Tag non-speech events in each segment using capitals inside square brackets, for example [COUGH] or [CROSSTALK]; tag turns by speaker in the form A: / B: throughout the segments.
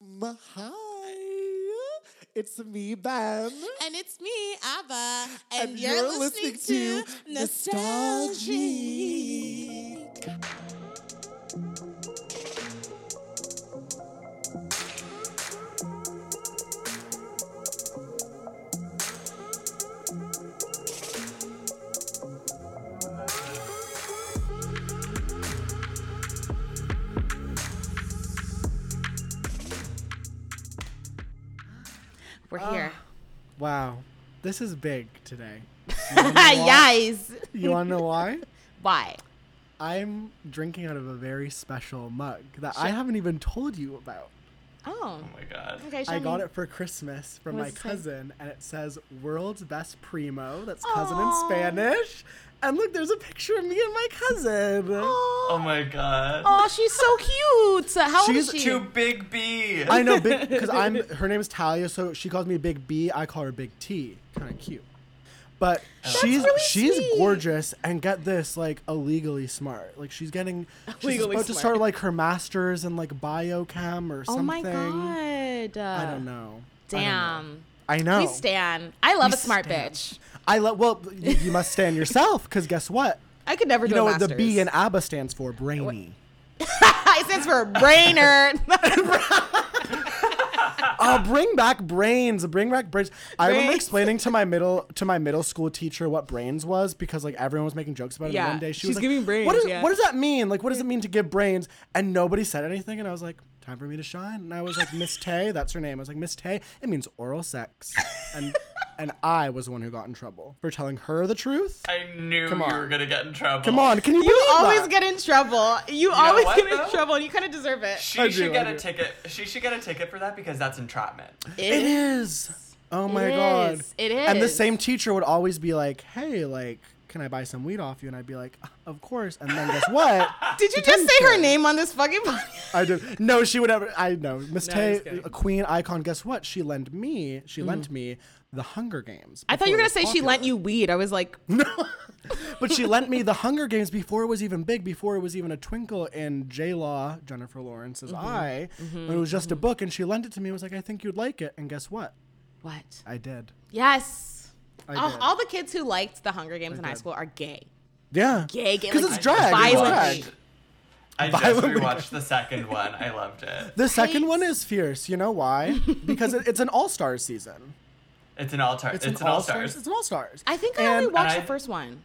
A: Um, hi. It's me, Bam.
B: And it's me, Abba. And, you're, listening, to Nostalgie.
C: We're here.
A: Wow. This is big today. Oh.
C: [LAUGHS] Guys,
A: You want to
B: [LAUGHS]
A: know why?
C: why?
A: I'm drinking out of a very special mug that I haven't even told you about.
C: Oh,
D: Oh my god.
C: okay.
A: I got it for Christmas from
C: What
A: my
C: does it say?
A: cousin, and it says "World's Best Primo." That's cousin in Spanish. And look, there's a picture of me and my cousin.
D: Oh my god.
C: Oh, she's so cute. How old is
A: She's
C: she?
D: To Big B.
A: I know,
C: [LAUGHS]
A: because I'm her name is Talia, so she calls me Big B. I call her Big T. Kind of cute, but she's
C: really
A: she's
C: sweet.
A: gorgeous and get this like illegally smart. Like she's getting she's
C: Illegally
A: about to
C: smart.
A: start like her masters in like biochem or
C: oh
A: something.
C: my god.
A: I don't know.
C: Damn.
A: I don't know. I
C: We
A: know.
C: stan. I love
A: We
C: a smart
A: stan.
C: bitch.
A: I love. Well, you, you must stand yourself, because guess what?
C: I could never
A: You
C: do
A: know
C: a
A: what the
C: master's.
A: B
C: [LAUGHS]
A: in ABBA stands for? Brainy.
C: it stands
A: [LAUGHS]
C: for brainer.
A: Oh, bring back brains! Bring back brains! I remember
C: Brains.
A: explaining to my middle to my middle school teacher what brains was because like everyone was making jokes about it.
C: Yeah,
A: and one day she
C: she's
A: was like,
C: giving brains,
A: What, is,
C: yeah." Mm.
A: what does that mean? Like, what does it mean to give brains? And nobody said anything, and I was like, time for me to shine. And I was like, Miss Tay, [LAUGHS] that's her name. I was like, Miss Tay, it means oral sex. And and I was the one who got in trouble for telling her the truth.
D: I knew
A: Come
D: you
A: on.
D: were gonna get in trouble.
A: Come on, can you believe
C: [LAUGHS] you always
A: that?
C: get in trouble. You, always
D: what,
C: get in
D: though?
C: trouble, and you kind of deserve it.
D: She
A: I do,
D: should get
A: I
D: a
A: do.
D: ticket. She should get a ticket for that because that's entrapment.
A: It is. Oh my god.
C: is. It
A: And the
C: is.
A: same teacher would always be like, "Hey, like, can I buy some weed off you?" And I'd be like, "Uh, "Of course." And then guess
C: [LAUGHS]
A: what?
C: Did you
A: She
C: just say her
A: didn't.
C: name on this fucking [LAUGHS] podcast?
A: I do. No, she would never. I know. Miss
C: No, I'm
A: Tay,
C: just kidding. Mm-hmm.
A: a queen icon. Guess what? She lent me. She lent me the Hunger Games.
C: I thought you were
A: before it
C: gonna
A: was
C: say she lent
A: popular.
C: you weed. I was like,
A: [LAUGHS] but she lent me the Hunger Games before it was even big. Before it was even a twinkle in J Law Jennifer Lawrence's
C: Mm-hmm.
A: eye. when it was just a book, and she lent it to me. and Was like, "I think you'd like it." And guess what?
C: what?
A: I did.
C: Yes.
A: I
C: All,
A: did.
C: all the kids who liked the Hunger Games in high
A: did.
C: school are gay.
A: Yeah.
C: Gay, gay.
A: 'Cause
C: like,
A: it's drag, it's
C: violently.
A: drag.
D: I just
A: Violently.
D: rewatched the second one. I loved it.
A: The second one is fierce. You know why? Because it, it's an all stars season.
D: It's an all star. It's, an all stars.
A: It's an all stars.
C: I think I only watched
D: I-
C: the first one.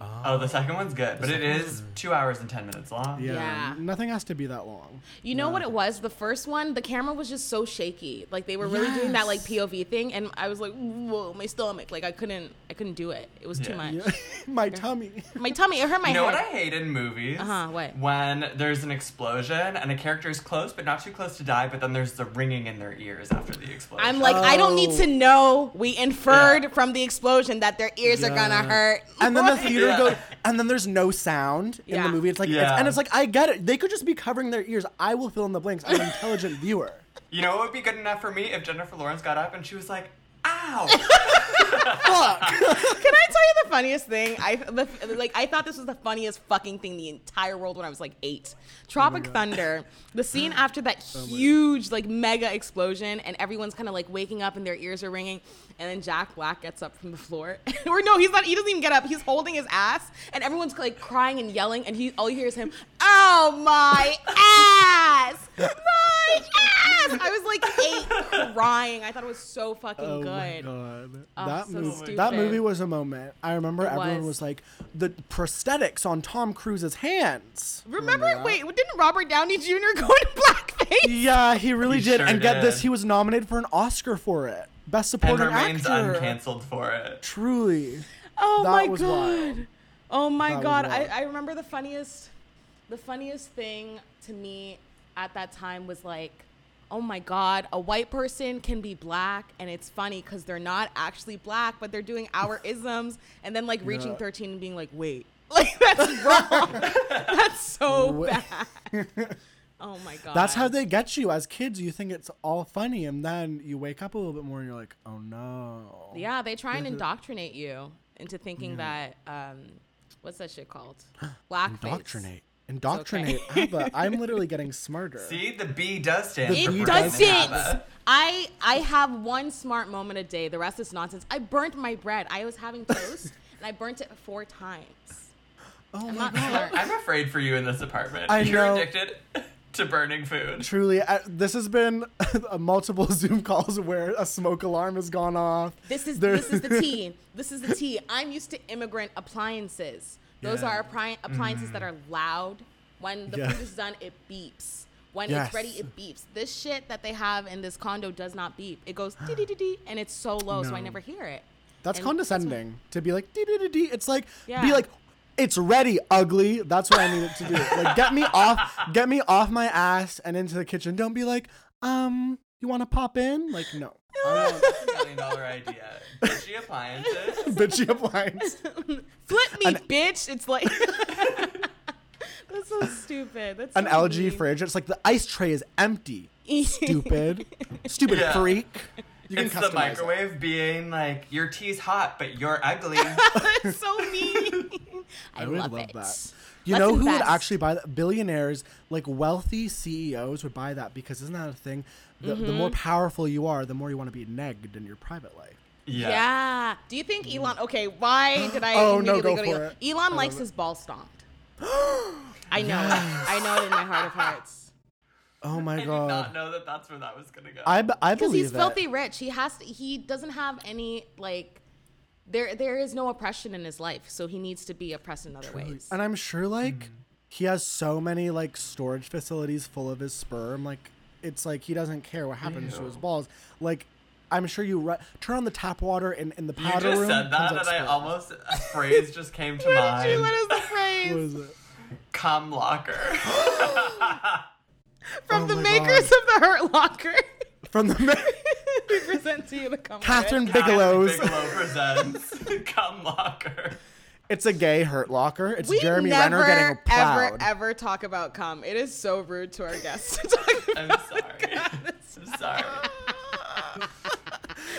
D: Oh, the second one's good, but it is two hours and ten minutes long.
A: Yeah,
C: Yeah.
A: Nothing has to be that long. [LAUGHS]
C: You know what it was? The first one, the camera was just so shaky. Like they were really doing that like POV thing, and I was like, whoa, my stomach. Like I couldn't, I couldn't do it. It was too
D: Yeah.
C: much.
A: Yeah. My tummy.
C: My tummy, it hurt my
D: You know
C: head.
D: what I hate in movies?
C: Uh-huh, what?
D: When there's an explosion and a character is close but not too close to die, but then there's the ringing in their ears after the explosion.
C: I'm like, I don't need to
A: Oh.
C: know. We inferred
D: Yeah.
C: from the explosion that their ears are gonna
A: Yeah.
C: hurt.
A: And then the theater
D: Yeah.
A: goes, and then there's no sound in
C: Yeah.
A: the movie. It's like, it's-
D: Yeah.
A: and it's like, I get it. They could just be covering their ears. I will fill in the blanks. I'm an intelligent viewer.
D: You know what would be good enough for me if Jennifer Lawrence got up and she was like,
A: [LAUGHS]
D: "Ow!"
A: Fuck.
C: Can I tell you the funniest thing? I the, like I thought this was the funniest fucking thing in the entire world when I was like eight.
A: Oh
C: Tropic Thunder,
A: [GASPS]
C: the scene after that huge like mega explosion, and everyone's kind of like waking up and their ears are ringing, and then Jack Black gets up from the floor, [LAUGHS] or no, he's not. He doesn't even get up. He's holding his ass, and everyone's like crying and yelling, and he all you hear is him, "Oh my ass,
A: [LAUGHS]
C: my ass!" I was like eight crying. I thought it was so fucking
A: Oh
C: good.
A: my god.
C: Oh,
A: that
C: so
A: movie.
C: stupid.
A: That movie was a moment. I remember
C: It
A: everyone
C: was.
A: was like, the prosthetics on Tom Cruise's hands.
C: Remember,
A: that?
C: wait, didn't Robert Downey Jr. [LAUGHS] go into blackface?
A: Yeah, he really
D: He
A: did.
D: sure
A: and get this,
D: did.
A: he was nominated for an Oscar for it. Best
D: and
A: supporting
D: remains
A: actor.
D: uncancelled for it.
A: Truly.
C: [LAUGHS] [LAUGHS] Oh
A: That
C: my
A: was
C: god.
A: wild.
C: Oh my
A: That was
C: god. I,
A: wild.
C: I remember the funniest the funniest thing to me at that time was like, oh my god, a white person can be black and it's funny because they're not actually black, but they're doing
A: [LAUGHS]
C: our isms and then like reaching
A: Yeah.
C: 13 and being like, wait. [LAUGHS] Like that's wrong. [LAUGHS] that's so
A: Wait.
C: bad. Oh my god.
A: That's how they get you as kids. You think it's all funny, and then you wake up a little bit more and you're like, oh no.
C: Yeah, they try
A: Mm-hmm.
C: and indoctrinate you into thinking that um, what's that shit called? Blackface.
A: Indoctrinate. Indoctrinate
C: [LAUGHS]
A: ABBA. I'm literally getting smarter.
D: See, the B does stand
A: The
D: for
A: B
C: It
D: Burn
A: does
D: the
C: doesn't.
D: Habba.
C: I I have one smart moment a day. The rest is nonsense. I burnt my bread. I was having
A: [LAUGHS]
C: toast and I burnt it four times.
A: Oh
C: I'm
A: my
C: not
A: god.
C: smart.
D: I'm afraid for you in this apartment.
A: I
D: You're
A: know.
D: addicted [LAUGHS] to
A: [LAUGHS]
D: burning food.
A: Truly, I, this has been [LAUGHS] a multiple Zoom calls where a smoke alarm has gone off.
C: This is
A: There-
C: this is
A: [LAUGHS]
C: the tea. This is the tea. I'm used to immigrant appliances. Those
A: Yeah. Mm-hmm.
C: are appli- appliances that are loud. When the
A: Yeah.
C: food is done, it beeps. When
A: Yes.
C: it's ready, it beeps. This shit that they have in this condo does not beep. It goes
A: [GASPS]
C: dee dee dee dee, and it's so low, so I
A: No.
C: never hear it.
A: That's
C: And why-
A: condescending to be like dee dee dee dee. It's like be
C: Yeah.
A: like it's ready, ugly. That's what I need it to do. Like get me off, get me off my ass and into the kitchen. Don't be like, um, you want to pop in? Like no, I
C: [LAUGHS]
A: want
D: Million dollar idea. Bitchy appliances.
A: bitchy appliance.
C: Flip me, bitch. It's
A: [LAUGHS]
C: like [LAUGHS] that's so stupid. That's
A: An
C: so
A: LG
C: mean.
A: fridge. It's like the ice tray is empty. Stupid, stupid
D: Yeah.
A: freak. You
D: It's the
A: customize it.
D: microwave being like, your tea's hot, but you're
A: [LAUGHS]
C: [LAUGHS]
D: ugly.
C: That's so mean. I,
A: I would
C: love,
A: love,
C: it.
A: that. You
C: Let's
A: know who would
C: invest.
A: actually buy that? Billionaires, like wealthy CEOs, would buy that because isn't that a thing? The, the more
D: Mm-hmm.
A: powerful you are, the more you want to be negged in your private life.
D: Yeah.
C: Yeah. Do you think Elon?
A: [GASPS]
C: Okay, why did I
A: Mm. Oh, no,
C: immediately
A: go
C: go,
A: for
C: to Elon?
A: it.
C: Elon likes his
A: [GASPS]
C: ball stomped. I know it. I know it in my heart of hearts.
A: [LAUGHS] Oh
D: I
A: my
D: did
A: god,
D: not know that that's where that was going to go.
A: I, b- I
C: Because
A: believe
C: he's
A: it.
C: filthy rich. He has. To, he doesn't have any like. There, there is no oppression in his life, so he needs to be oppressed in other ways.
A: and I'm sure like
D: Mm.
A: he has so many like storage facilities full of his sperm. Like it's like he doesn't care what happens to his
D: Ew.
A: balls. Like I'm sure you ru- turn on the tap water in, in the
D: you
A: powder
D: just
A: room. comes
D: said that,
A: out
D: and I
A: sperm.
D: almost, a phrase just
A: [LAUGHS]
D: came to
C: Where did you
D: mind.
C: let us the
A: What
C: [LAUGHS] phrase
A: is Oh it?
D: Cum locker.
C: from
A: Oh
C: the
A: my
C: makers
A: God.
C: of the Hurt Locker? [LAUGHS]
A: From
D: [LAUGHS]
A: the
C: we present to you the comment.
A: Catherine
D: Bigelow
A: Bigelow's.
E: [LAUGHS]
D: presents cum locker.
A: It's a gay hurt locker. It's
C: We
A: Jeremy
C: never,
A: Renner getting plowed.
C: ever, ever talk about cum. It is so rude to our guests to talk
E: Oh
D: I'm
C: about
D: sorry. I'm sorry.
E: [LAUGHS]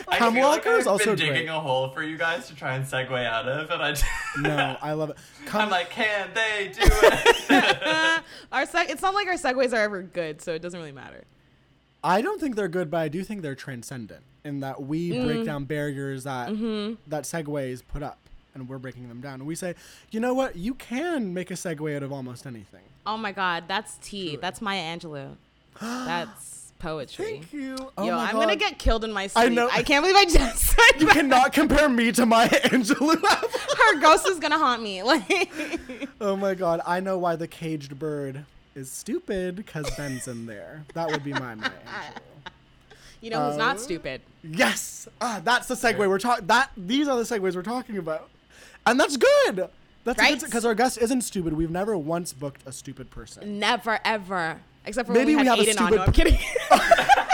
D: I
A: Cum
D: feel like
A: locker is
D: I've
A: also
D: been digging
A: great.
D: a hole for you guys to try and segue out of, and I. [LAUGHS]
A: No, [LAUGHS] I love it. Come,
D: I'm like, can they do it?
C: our seg- It's not like our segues are ever good, so it doesn't really matter.
A: I don't think they're good, but I do think they're transcendent in that we
C: Mm-hmm.
A: break down barriers that that segues put up, and we're breaking them down. And we say, you know what? You can make a segue out of almost anything.
C: Oh my God, that's tea. That's Maya
A: [GASPS]
C: Angelou. That's poetry.
A: Thank you. Oh
C: Yo,
A: my
C: I'm
A: God.
C: gonna get killed in my
A: I
C: sleep. I,
A: know.
C: can't believe I just [LAUGHS] said
A: You
C: that.
A: cannot compare me to Maya Angelou. [LAUGHS]
C: Her ghost is gonna haunt me. [LAUGHS] Like,
A: oh my god! I know why the caged bird is stupid because Ben's in there. That would be my Maya
C: [LAUGHS]
A: Angelou.
C: you know who's
A: Oh.
C: not stupid?
A: Yes. Ah, that's the segue we're talking. That these are the segues we're talking about, and that's good. That's
C: Right?
A: because our guest isn't stupid. We've never once booked a stupid person.
C: Never ever. Except for
A: Maybe
C: when
A: we
C: we,
A: have
C: had
A: a
C: Aiden on. No,
A: stupid-
C: I'm kidding.
A: [LAUGHS]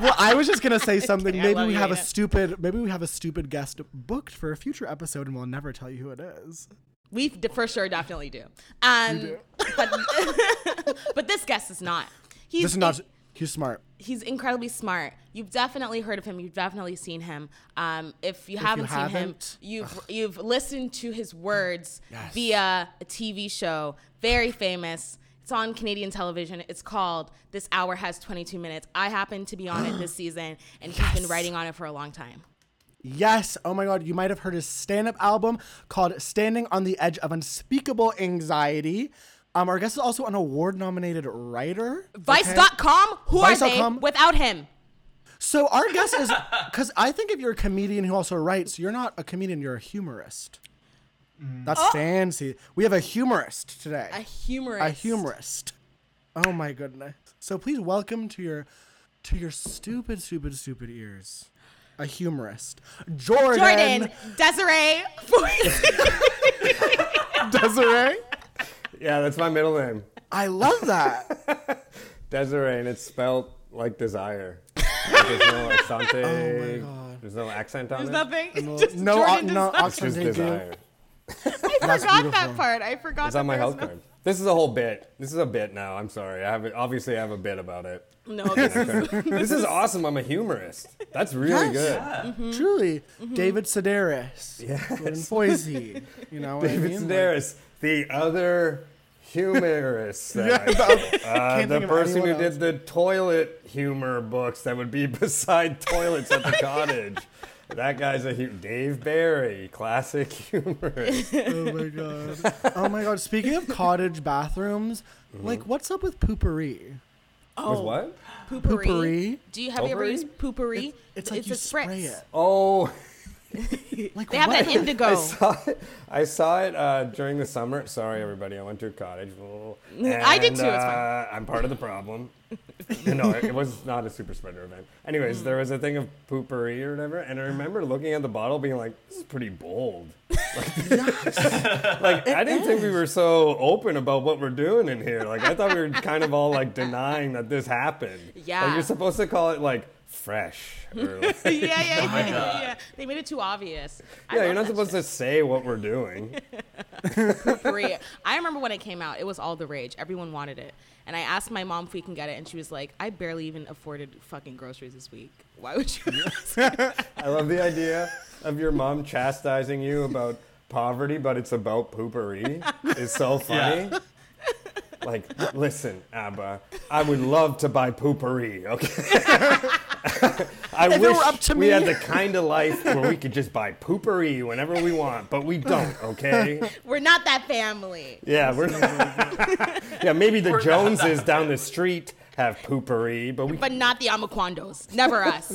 A: Well, I was just gonna
C: [LAUGHS]
A: say something.
C: kidding. I
A: maybe
C: love
A: we
C: you,
A: have a
C: Aiden.
A: stupid. Maybe we have a stupid guest booked for a future episode, and we'll never tell you who it is.
C: we d- for sure definitely do. Um,
A: do.
C: But, [LAUGHS] but this guest is not. He's
A: This is not. He's smart.
C: he's incredibly smart. You've definitely heard of him. You've definitely seen him. Um, if you haven't seen
A: haven't,
C: him, you've you've listened to his words
A: Yes.
C: via a TV show, very famous. It's on Canadian television. It's called This Hour Has 22 Minutes. I happen to be on it
A: [GASPS]
C: this season, and he's been writing on it for a long time.
A: Yes. Oh my God. You might have heard his stand up album called Standing on the Edge of Unspeakable Anxiety. Um, our guest is also an award nominated writer. Okay?
C: Vice.com, who are they
A: Vice.com.
C: without him?
A: So our guess is [LAUGHS] because I think if you're a comedian who also writes, you're not a comedian, you're a humorist. That's fancy. We have a humorist today.
C: Oh. A humorist.
A: A humorist. Oh my goodness. So please welcome to your to your stupid, stupid, stupid ears. A humorist. Jordan, [LAUGHS]
C: Jordan, Desiree, [LAUGHS]
A: Desiree.
E: Yeah, that's my middle name,
C: [LAUGHS]
A: I love that.
E: Desiree, and it's spelled like desire.
C: [LAUGHS]
E: Like, there's no accent.
A: God.
E: There's no accent on
C: Oh there's
E: it.
C: nothing. [LAUGHS]
A: no o-
C: Jordan
A: no
C: Desiree.
E: It's just
A: Thank you.
E: desire.
C: I forgot
A: beautiful.
C: that part. I forgot
E: It's
C: that
E: on my
C: there was
E: health
C: no-
E: card. This is a whole bit. This is a bit now. I'm sorry. I have a- obviously I have a bit about it. [LAUGHS]
C: No, [LAUGHS] this is
E: this is awesome. I'm a humorist. That's really
A: Yes.
C: Mm-hmm.
A: Truly. David Sedaris. Jordan Foisey. You know what I
E: good. David
A: mean? Like,
C: [LAUGHS]
E: Sedaris, the other humorous. that
A: [LAUGHS] Yeah,
E: I-
A: that-
E: uh,
A: can't
E: the
A: think of
E: person who
A: anyone
E: did the toilet humor books that would be [LAUGHS] beside toilets at the
A: [LAUGHS]
E: cottage. That guy's a hu- Dave Barry, classic humorist.
A: Oh my god. Oh my god. Speaking of cottage bathrooms,
E: Mm-hmm.
A: like what's up with poopery? Oh.
E: With what?
C: Poopery.
A: Poopery?
C: Do you have you ever
E: Poopery?
C: used poopery?
A: It's like you spray it.
E: Oh.
A: Like
C: They have
A: what?
C: that indigo.
E: I saw it, I saw it uh, during the summer. Sorry, everybody. I went to a cottage. Oh,
C: I did
E: and,
C: too, it's fine.
E: Uh, I'm part of the problem. no, it was not a super spreader event. Anyways, there was a thing of poopery or whatever, and I remember looking at the bottle, being like, "This is pretty bold." [LAUGHS] Like, I didn't think we were so open about what we're doing in here. Like, I thought we were kind of all like denying that this happened.
C: Yeah.
E: like, you're supposed to call it like fresh. Or, like,
C: yeah, yeah, yeah, yeah,
D: Oh God.
C: yeah. They made it
A: [LAUGHS]
C: too obvious. [LAUGHS] I
E: yeah,
C: love
E: you're not
C: that
E: supposed to say what we're doing.
A: [LAUGHS]
C: Korea. I remember when it came out, it was all the rage. Everyone wanted it. And I asked my mom if we can get it, and she was like, I barely even afforded fucking groceries this week. Why would you? ask?"
E: I love the idea of your mom chastising you about poverty, but it's about poopery. It's so funny. Like, listen, Abba, I would love to buy poopery, okay? [LAUGHS] I
A: it
E: wish
A: were up to
E: we
A: me.
E: had the kind of life where we could just buy poopery whenever we want, but we don't, okay?
C: [LAUGHS] We're not that family.
E: Yeah, we're [LAUGHS] Yeah, maybe the
D: We're not
E: Joneses
D: that
E: down the street have poopery, but we
C: But not the Amaquandos. Never
A: [LAUGHS]
C: us.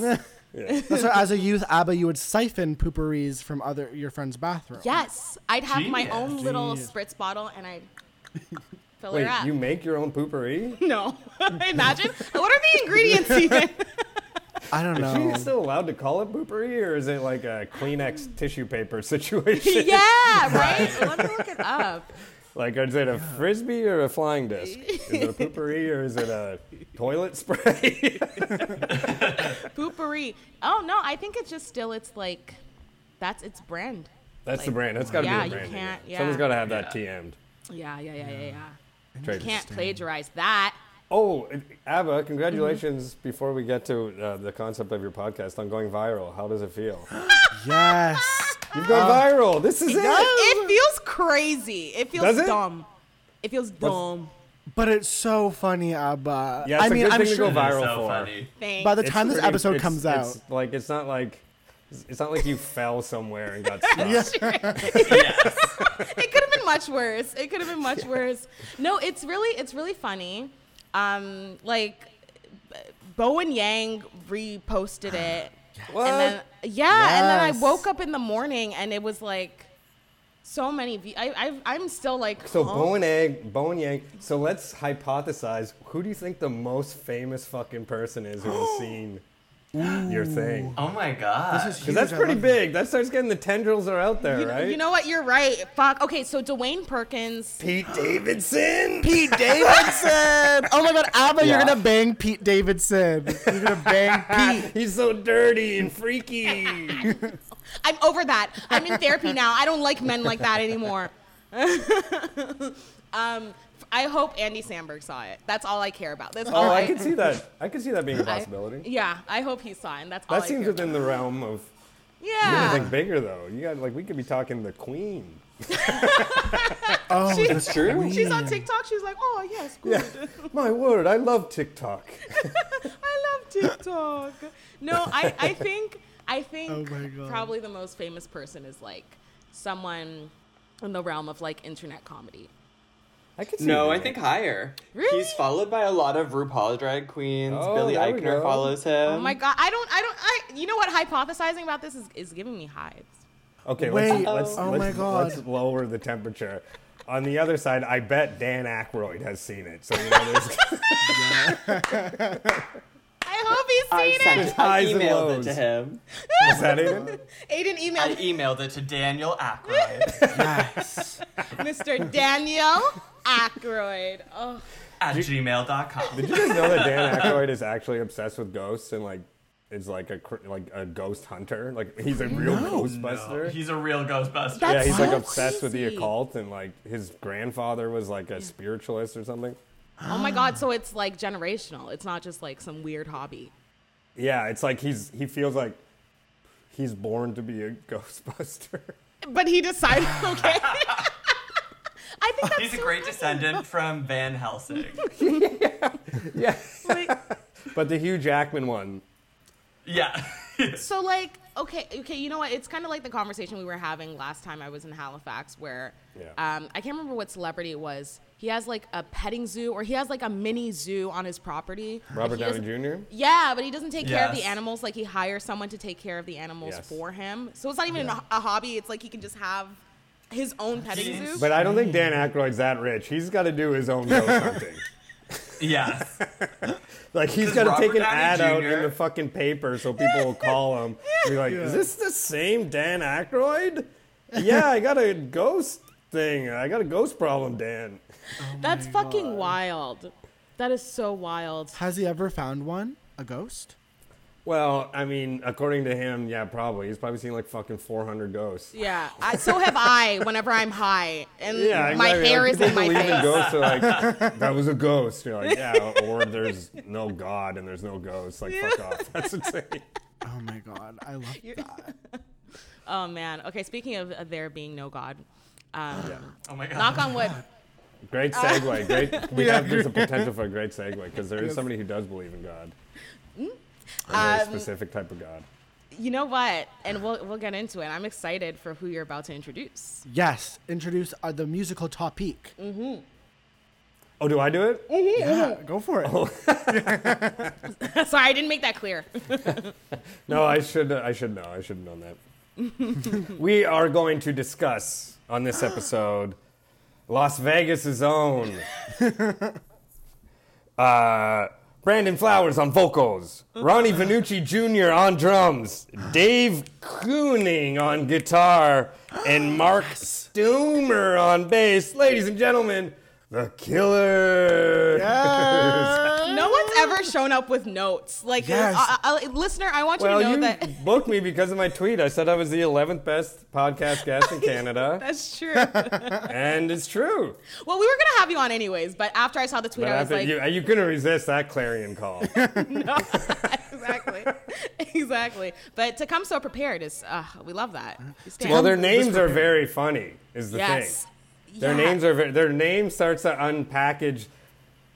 E: yeah.
A: So as a youth, Abba, you would siphon pooperies from other your friend's bathroom.
C: yes. I'd have my
D: Genius.
C: own little
A: Genius.
C: spritz bottle and
D: [LAUGHS]
C: I'd fill
E: Wait,
C: her up.
E: you make your own poopery?
A: [LAUGHS]
C: [LAUGHS] no. [LAUGHS] Imagine. What are the ingredients even?
A: I don't
E: Is
A: know.
E: she still allowed to call it poopery, or is it like a Kleenex tissue paper situation?
C: [LAUGHS] yeah, right? Let me look it up.
E: Like, is it a frisbee or a flying disc? Is it a poopery or is it a toilet spray? [LAUGHS]
C: Poopery. Oh, no. I think it's just still, it's like, that's its brand.
E: That's the brand. That's got to
C: Yeah,
E: be
C: you
E: the brand. name.
C: can't- yeah.
E: Someone's got to have that
D: Yeah.
E: TM'd.
C: Yeah, yeah, yeah, yeah, yeah.
E: Trade-
C: Can't plagiarize that.
E: Oh, Abba, congratulations! Before we get to uh, the concept of your podcast on going viral, how does it feel?
A: Yes.
E: You've gone viral. This is it.
C: It feels crazy. It feels
E: Does it?
C: dumb. It feels dumb.
A: But it's so funny, Abba.
E: Yeah, it's
A: I
E: a
A: mean,
E: good
A: I'm
E: thing to
A: sure
E: [LAUGHS] go viral
D: so
E: for.
D: funny.
C: Thanks.
A: by the
E: It's
A: time this
E: pretty-
A: episode
E: it's-
A: comes out,
E: it's like it's not like it's not like you fell somewhere and got stuck.
C: it could have been much worse. It could have been much worse. No, it's really it's really funny. Um, like B- Bowen Yang reposted it.
E: What?
C: And then yeah, and then I
A: Yes.
C: woke up in the morning and it was like so many. View- I, I I'm still like
E: So
C: huh?
E: Bowen Egg, Bowen Yang. So let's hypothesize. Who do you think the most famous fucking person is who
C: [GASPS]
E: has seen your thing?
D: Oh my god.
A: This is
E: Because that's
A: Huge, I
E: pretty
A: love
E: big. That starts getting the tendrils are out there,
C: You know,
E: right?
C: you know what? You're right. Fuck. Okay, so Dwayne Perkins.
E: Pete Davidson.
A: Pete Davidson. Oh my God, Abba, you're
E: Yeah.
A: gonna bang Pete Davidson. You're gonna
E: [LAUGHS]
A: bang Pete.
E: He's so dirty
C: [LAUGHS]
E: and freaky.
C: I'm over that. I'm in therapy now. I don't like men like that anymore. [LAUGHS] um, I hope Andy Samberg saw it. That's all I care about. That's all
E: oh, I
C: I-
E: could see that. I could see that being a possibility.
C: Yeah, I hope he saw it. And that's all.
E: That
C: I
E: seems
C: care
E: within the realm of
C: Yeah.
E: anything bigger, though. You got like we could be talking the Queen.
A: Oh,
C: She-
A: that's true.
C: She's on TikTok. She's like, oh yes, good. [LAUGHS]
E: My word, I love TikTok.
C: I love TikTok. No, I, I think I think
A: Oh my God.
C: probably the most famous person is like someone in the realm of like internet comedy.
E: I could see.
D: No,
E: that.
D: I think higher.
C: Really?
D: He's followed by a lot of RuPaul drag queens.
E: Oh,
D: Billy
E: there we
D: Eichner
E: go.
D: follows him.
C: Oh my god, I don't I don't I you know what hypothesizing about this is, is giving me hives.
E: Okay,
A: Wait,
E: let's, let's,
A: oh
E: let's,
A: my God.
E: let's lower the temperature. On the other side, I bet Dan Aykroyd has seen it. So you know, there's, [LAUGHS]
C: I hope
D: I
C: he's seen
D: sent
C: it.
D: it. I
E: Highs
D: emailed
E: and
D: it
E: lows.
D: to him.
E: is that it?
C: Aiden
D: I
C: emailed
D: emailed it to Daniel Aykroyd
A: Yes.
E: e-
C: Mr. Daniel Aykroyd. Oh,
D: at gmail.com.
E: Did you guys know that Dan Aykroyd is actually obsessed with ghosts and like is like a cr- like a ghost hunter? Like he's a real ghostbuster.
D: He's a real Ghostbuster.
E: yeah,
C: That's
E: he's like
C: so
E: obsessed with the
C: crazy.
E: occult and like his grandfather was like a spiritualist or something.
C: oh my god, so it's like generational. It's not just like some weird hobby.
E: Yeah, it's like he's he feels like he's [LAUGHS] born to be a ghostbuster.
C: [LAUGHS]
D: [LAUGHS]
C: But he decided okay. I think that's
D: He's a great descendant from Van
E: [LAUGHS]
D: Helsing.
E: Yeah.
C: like,
E: But the Hugh Jackman one.
D: Yeah. [LAUGHS]
C: so like okay okay you know what it's kind of like the conversation we were having last time i was in halifax where
E: Yeah.
C: um, i can't remember what celebrity it was he has like a petting zoo or he has like a mini zoo on his property But
E: Robert
C: he
E: Downey
C: doesn't-
E: Jr.?
C: yeah but he doesn't take care of the
D: Yes.
C: animals like he hires someone to take care of the animals
E: Yes.
C: for him so it's not even a, a hobby it's like he can just have his own petting
D: Jeez.
C: zoo
E: But I don't think Dan Aykroyd's that rich. He's got to do his own ghost hunting.
D: Yes.
E: Like he's
D: Does
E: got to
D: Robert
E: take an
D: Downey
E: ad out in
D: Jr.?
E: the fucking paper so people will call him. and Be like, is this the same Dan Aykroyd? Yeah, I got a ghost thing. I got a ghost problem, Dan.
C: that's fucking wild that is so wild
A: Has he ever found one? A ghost?
E: Well, I mean, according to him, yeah, probably. He's probably seen like fucking 400 ghosts.
C: yeah I, so have i whenever i'm high and
E: Yeah,
C: my
E: exactly.
C: hair
E: like,
C: is
E: people
C: in my
E: believe in
C: face
E: ghosts. They're like, that was a ghost. You're like, yeah, or there's no God and there's no ghosts. Like, fuck off. [LAUGHS] That's insane.
A: Oh my god, I love that.
C: Oh man. Okay. Speaking of uh, there being no God, um,
D: Oh my god.
C: knock on wood.
E: Great segue. Great. We have there's a potential for a great segue because there is somebody who does believe in God. A very specific type of God.
C: You know what? And we'll we'll get into it. I'm excited for who you're about to introduce. [LAUGHS]
A: Yes, introduce uh, the musical topic.
C: Mm-hmm.
E: Oh, do I do it?
A: Yeah,
C: Oh.
A: go for it.
C: Sorry, I didn't make that clear.
E: No, I should. I should know. I should have known that. we are going to discuss on this episode Las Vegas' own uh, Brandon Flowers on vocals, Ronnie Vanucci Jr. on drums, Dave Cooning on guitar, and Mark Stumer on bass. Ladies and gentlemen, the Killer.
C: No one's ever shown up with notes. Like,
A: Yes.
C: uh, uh, uh, listener, I want you
E: Well,
C: to know
E: you
C: that. [LAUGHS]
E: [LAUGHS] booked me because of my tweet. I said I was the 11th best podcast
C: [LAUGHS]
E: guest in Canada,
C: That's
E: [LAUGHS]
C: true. well,
E: and it's true.
C: we were gonna have you on anyways, but after I saw the tweet,
E: But
C: I was
E: after
C: like,
E: you, you couldn't resist that clarion
C: [LAUGHS]
E: call.
C: exactly, exactly. But to come so prepared is, uh, we love that. We stand.
E: well, their names are very funny. Is the
C: yes.
E: thing. Their names are very, their name starts to unpackage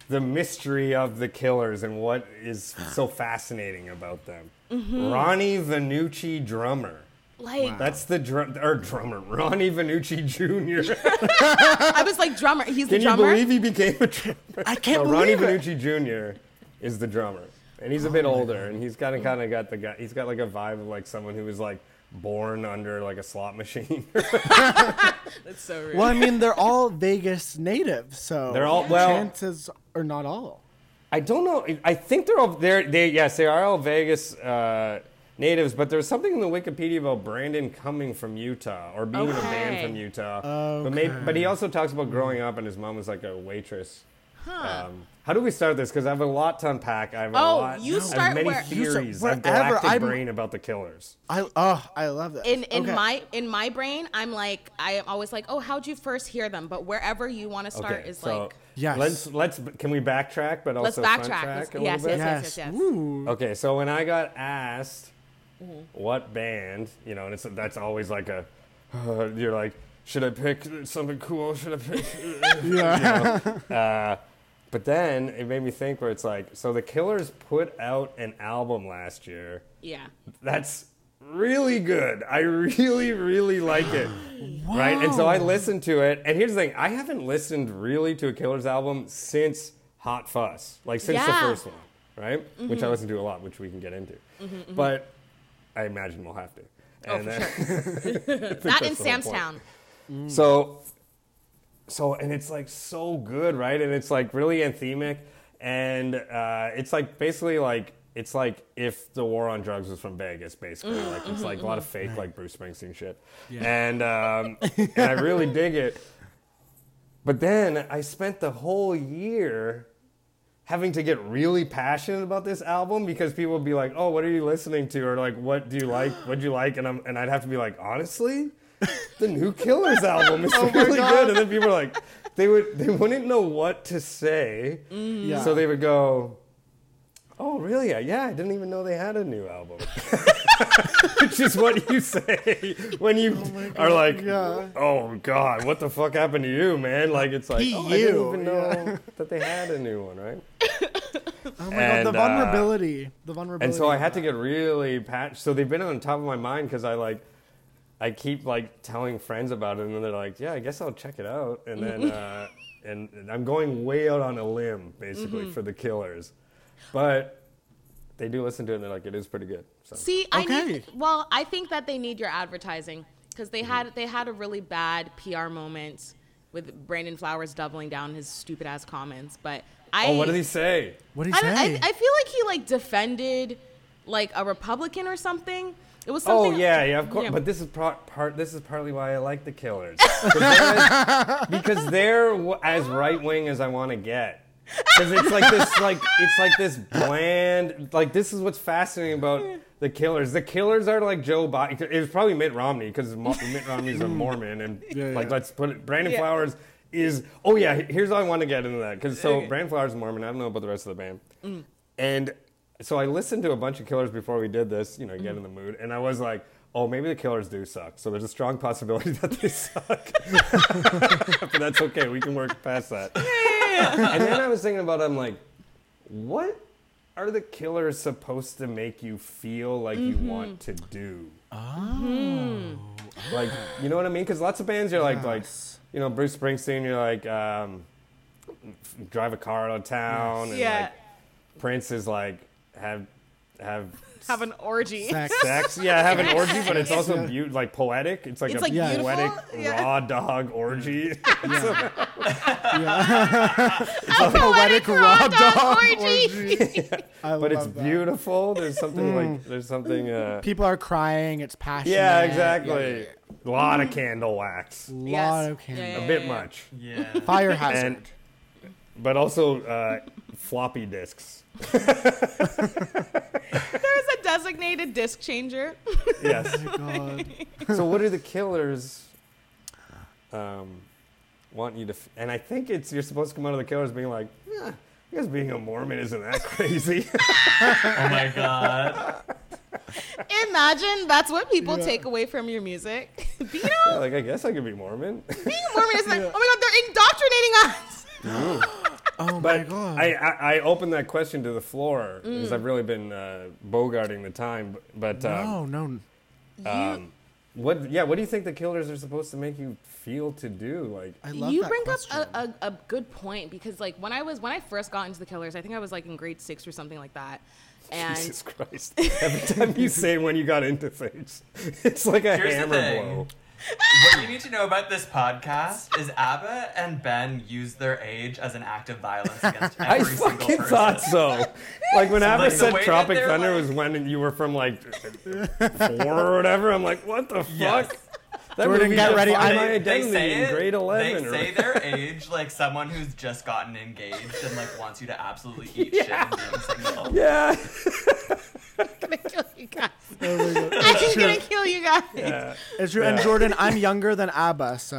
E: the mystery of the killers and what is
C: [SIGHS]
E: so fascinating about them.
C: Mm-hmm.
E: Ronnie Vanucci drummer.
C: like
E: That's the drum or drummer. [LAUGHS] Ronnie Vanucci Jr.
C: [LAUGHS] I was like drummer. He's the
E: Can you
C: drummer.
E: believe he became a drummer?
A: I can't
E: no, Ronnie
A: believe
E: Vanucci Jr. is the drummer, and he's a bit older, and he's kind of kind of got the guy. He's got like a vibe of like someone who was like born under like a slot machine. [LAUGHS]
C: That's so rude.
A: [LAUGHS] Well, I mean, they're all Vegas natives, so
E: They're all- well-
A: chances are not all.
E: I don't know. I think they're all they're they yes they are all Vegas uh, natives, but there's something in the Wikipedia about Brandon coming from Utah or being in a band
C: Okay.
E: from Utah. But maybe, but he also talks about growing up and his mom was like a waitress. Um, how do we start this? Because I have a lot to unpack. I have a
C: Oh,
E: lot.
C: you
E: I have
C: start
E: many
C: where-
A: You start
E: theories. I have
A: wherever
E: galactic
A: I'm-
E: brain about the killers.
A: I oh, I love that.
C: in in my in my brain, I'm like I am always like, oh, how'd you first hear them? But wherever you want to start is
E: so
C: like,
A: Yes.
E: Let's let's can we backtrack, but
C: let's
E: also
C: backtrack.
E: fun track
C: Let's-
E: a little
C: yes,
E: bit?
C: yes, yes, yes,
A: yes,
C: yes.
A: Ooh.
E: Okay, so when I got asked
C: Mm-hmm.
E: what band, you know, and it's that's always like a, [LAUGHS] uh, you're like, should I pick something cool? Should I pick? [LAUGHS] Uh,
A: Yeah.
E: but then it made me think where it's like, so the Killers put out an album last year
C: yeah.
E: that's really good. I really, really like it. Right? And so I listened to it. And here's the thing I haven't listened really to a Killers album since Hot Fuss, like since
C: Yeah. Mm-hmm.
E: the first one, right? Which I listen to a lot, which we can get into. But I imagine we'll have to.
C: Oh,
E: And uh,
C: for
E: then- [LAUGHS]
C: sure.
E: I think
C: Not
E: that's
C: in
E: the whole
C: Sam's
E: point.
C: Town.
E: So, so and it's like so good, right? And it's like really anthemic, and uh, it's like basically like it's like if the war on drugs was from Vegas, basically. Like it's like a lot of fake like Bruce Springsteen shit, and um, and I really dig it. But then I spent the whole year having to get really passionate about this album because people would be like, "Oh, what are you listening to?" or like, "What do you like? What do you like?" and I'm and I'd have to be like, "Honestly, the new Killers album is
A: [LAUGHS] Oh
E: really good." And then people are like,
A: Mm.
E: they would they wouldn't know what to say,
A: yeah.
E: so they would go, Oh, really? Yeah, I didn't even know they had a new album. [LAUGHS] Which is what you say when you are like,
A: Oh yeah.
E: oh, God, what the fuck happened to you, man? Like, it's like, oh, I
A: You,
E: didn't even know
A: yeah. [LAUGHS]
E: that they had a new one, right?
A: Oh my god, the
E: And, uh,
A: vulnerability. the vulnerability.
E: And so I
A: of
E: had to
A: that.
E: get really patched. So they've been on top of my mind because I like, I keep like telling friends about it, and then they're like, "Yeah, I guess I'll check it out." And then, uh, and, and I'm going way out on a limb basically for the Killers, but they do listen to it, and they're like, "It is pretty good." So
C: See, I need,
A: Okay.
C: well, I think that they need your advertising because they had they had a really bad PR moment with Brandon Flowers doubling down his stupid ass comments. But I,
E: oh, what did he say?
A: What did
C: I,
A: he
C: don't-
A: say? [LAUGHS]
C: I, I feel like he like defended like a Republican or something. It was
E: Oh
C: something.
E: yeah, yeah, of course.
C: Yeah.
E: But this is pro- part. This is partly why I like the Killers
C: [LAUGHS]
E: 'Cause they're- because they're w- as right wing as I want to get. Because it's like this, like it's like this bland. Like this is what's fascinating about the Killers. The Killers are like Joe Biden. It was probably Mitt Romney because Mitt
C: [LAUGHS]
E: Romney's a Mormon, and
A: Yeah, yeah.
E: like let's put it. Brandon
C: Yeah.
E: Flowers is. Oh yeah, he- here's how I want to get into that. Because so Brandon Flowers is Mormon. I don't know about the rest of the band. And so I listened to a bunch of Killers before we did this, you know, get in the mood. And I was like, oh, maybe the Killers do suck. So there's a strong possibility [LAUGHS] that they suck. but that's okay. We can work past that. And then I was thinking about it, I'm like, what are the Killers supposed to make you feel like you want
C: Mm-hmm.
E: to do?
A: Oh.
E: Mm-hmm. like you know what I mean? Because lots of bands you're like like you know Bruce Springsteen you're like um, f- drive a car out of town and
C: Yeah.
E: like Prince is like have have
C: Have an orgy.
A: Sex.
E: sex yeah have
C: [LAUGHS]
E: an orgy but it's also beau- like poetic it's like
C: It's,
E: a
C: like,
A: Yeah.
E: poetic
C: beautiful. Yeah.
E: raw dog
C: [LAUGHS]
E: orgy
A: Yeah.
C: a poetic raw dog, orgy. [LAUGHS]
A: I
E: but it's
A: love that. Hmm.
E: beautiful there's something like there's something uh,
A: People are crying. It's passionate.
E: yeah exactly a lot of candle wax
A: A lot
C: Yes.
A: of candles.
C: Yeah,
E: a
C: yeah,
E: bit
C: yeah.
E: much
D: Yeah.
A: Fire hazard.
E: and but also uh, floppy disks
C: [LAUGHS] There's a designated disc changer. [LAUGHS]
E: [LAUGHS] yes
A: God.
E: Oh so what do the killers um, want you to f- and i think it's you're supposed to come out of the killers being like yeah, i guess being a mormon isn't that [LAUGHS] crazy
D: Oh my
E: [LAUGHS]
D: god.
C: Imagine that's what people
A: Yeah.
C: take away from your music. [LAUGHS] Being a-
E: like i guess i could be [LAUGHS] mormon
C: being a Mormon is like, oh my god, they're indoctrinating us.
A: Oh my
E: but
A: god.
E: I, I, I opened that question to the floor because i've really been uh, bogarting the time but
A: no,
E: um,
A: no.
E: um, what yeah what do you think the killers are supposed to make you feel to do like
A: I love
C: you
A: that
C: bring
A: question.
C: up a, a, a good point because like when I was when I first got into the Killers, I think I was like in grade six or something like that. And
E: Jesus Christ. Every time you say when you got into things, it's like a
D: Here's the
E: hammer
D: thing.
E: blow.
D: What you need to know about this podcast is Abba and Ben use their age as an act of violence against every
E: [LAUGHS] I
D: single
E: fucking
D: person.
E: thought so. Like when Abba
D: like, the
E: said
D: way that
E: Tropic
D: they're
E: Thunder
D: like-
E: was when you were
D: [LAUGHS]
E: from like four or whatever, I'm like, what the
D: Yes.
E: fuck? That
A: Jordan,
E: movie
A: get ready,
E: defined
A: I'm-
E: my
A: They-
E: identity in grade
D: They
E: eleven. or
D: say their age like someone who's just gotten engaged and like wants you to absolutely
E: [LAUGHS]
D: eat shit and being single.
E: yeah.
C: [LAUGHS]
E: [LAUGHS]
C: I'm gonna kill you
A: [LAUGHS]
C: guys.
A: Oh my God.
C: [LAUGHS] I'm gonna kill you guys.
E: yeah.
A: It's true. And
E: Yeah.
A: Jordan,
E: [LAUGHS]
A: I'm younger than Abba, so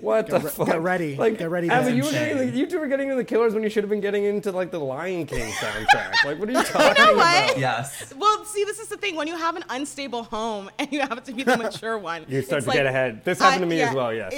E: What the
A: re-
E: fuck?
A: get ready.
E: Like,
A: Get ready,
E: Abba,
A: Ben.
E: you were getting the, you two were getting into the Killers when you should have been getting into like the Lion King soundtrack. like,
A: [LAUGHS]
E: what are you talking
C: know
E: about?
C: what?
D: Yes.
C: Well, see, this is the thing. When you have an unstable home [LAUGHS] and you have to be
A: [LAUGHS]
C: the mature one,
E: You start
C: it's
E: to
C: like,
E: get ahead. This
C: I-
E: happened to me
C: yeah.
E: as well. Yes.
C: [LAUGHS]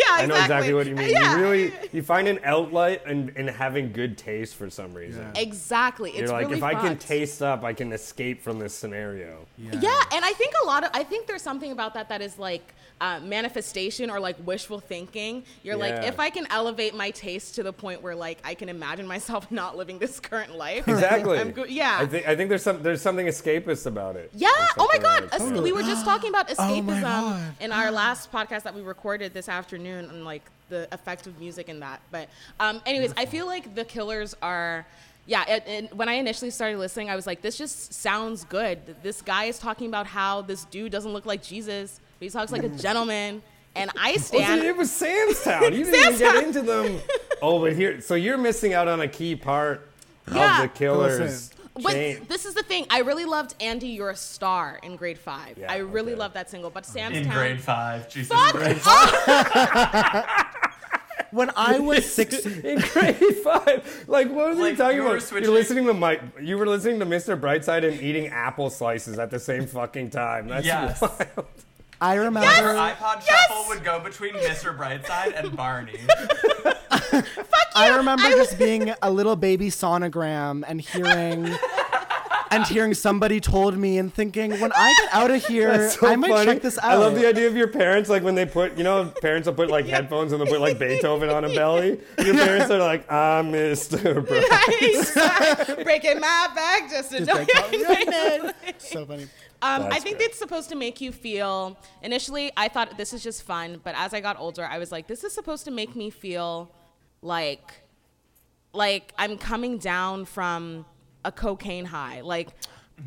C: Yeah, yeah, exactly.
E: I know exactly what you mean.
C: Yeah.
E: You really you find an outlet in, in having good taste for some reason.
C: exactly. It's
E: You're like,
C: really
E: if I can
C: fucked.
E: taste up, I can escape from this scenario.
C: Yeah, and I think a lot of I think there's something about that that is like uh, manifestation or like wishful thinking. You're like,
E: Yeah.
C: if I can elevate my taste to the point where like I can imagine myself [LAUGHS] not living this current life.
E: Exactly.
C: I'm good- yeah.
E: I think I think there's some there's something escapist about it.
C: Yeah.
E: There's
C: Oh my
E: something
C: God.
E: like-
C: es- We were just talking about
A: Oh my
C: escapism
A: God.
C: in our last podcast that we recorded this afternoon and like the effect of music in that. But, um, anyways, I feel like the Killers are. Yeah, and, and when I initially started listening, I was like, "This just sounds good." This guy is talking about how this dude doesn't look like Jesus, but he talks like a gentleman, and I
E: Well,
C: stand.
E: see,
C: [LAUGHS]
E: it was Sam's Town. You didn't even
C: Sam's
E: get
C: Town.
E: into them. Oh, but here, so you're missing out on a key part
C: Yeah.
E: of the Killers.
C: But
E: chain.
C: this is the thing. I really loved Andy, You're a Star in grade five.
E: Yeah,
C: I really
E: okay.
C: loved that single. But Sam's
D: In
C: Town.
D: grade five, Jesus
C: Fuck
D: Christ.
C: off.
A: when I
D: [LAUGHS]
A: was six,
E: in grade [LAUGHS] five. Like, what was he
D: Like,
E: talking
D: you were
E: about?
D: switching-
E: You're listening to Mike. You were listening to Mr. Brightside and eating apple slices at the same fucking time. [LAUGHS] That's
D: Yes.
E: wild.
A: I remember.
D: Our iPod shuffle would go between Mr. Brightside and Barney.
A: I remember just being a little baby sonogram and hearing and hearing somebody told me and thinking, when I get out of here,
E: That's so
A: I might
E: funny.
A: check this out.
E: I love the idea of your parents, like when they put, you know, parents will
D: [LAUGHS]
E: put like headphones and they'll put like Beethoven on a belly. Your parents are like, ah,
D: [LAUGHS]
E: Mr. Bro. [LAUGHS]
C: Breaking my back just to
A: Like, oh, [LAUGHS] yeah.
E: [LAUGHS]
A: so funny.
C: [LAUGHS] Um, I
E: That's
C: think
E: great.
C: it's supposed to make you feel. Initially, I thought this is just fun, but as I got older, I was like, this is supposed to make me feel like, like I'm coming down from a cocaine high. Like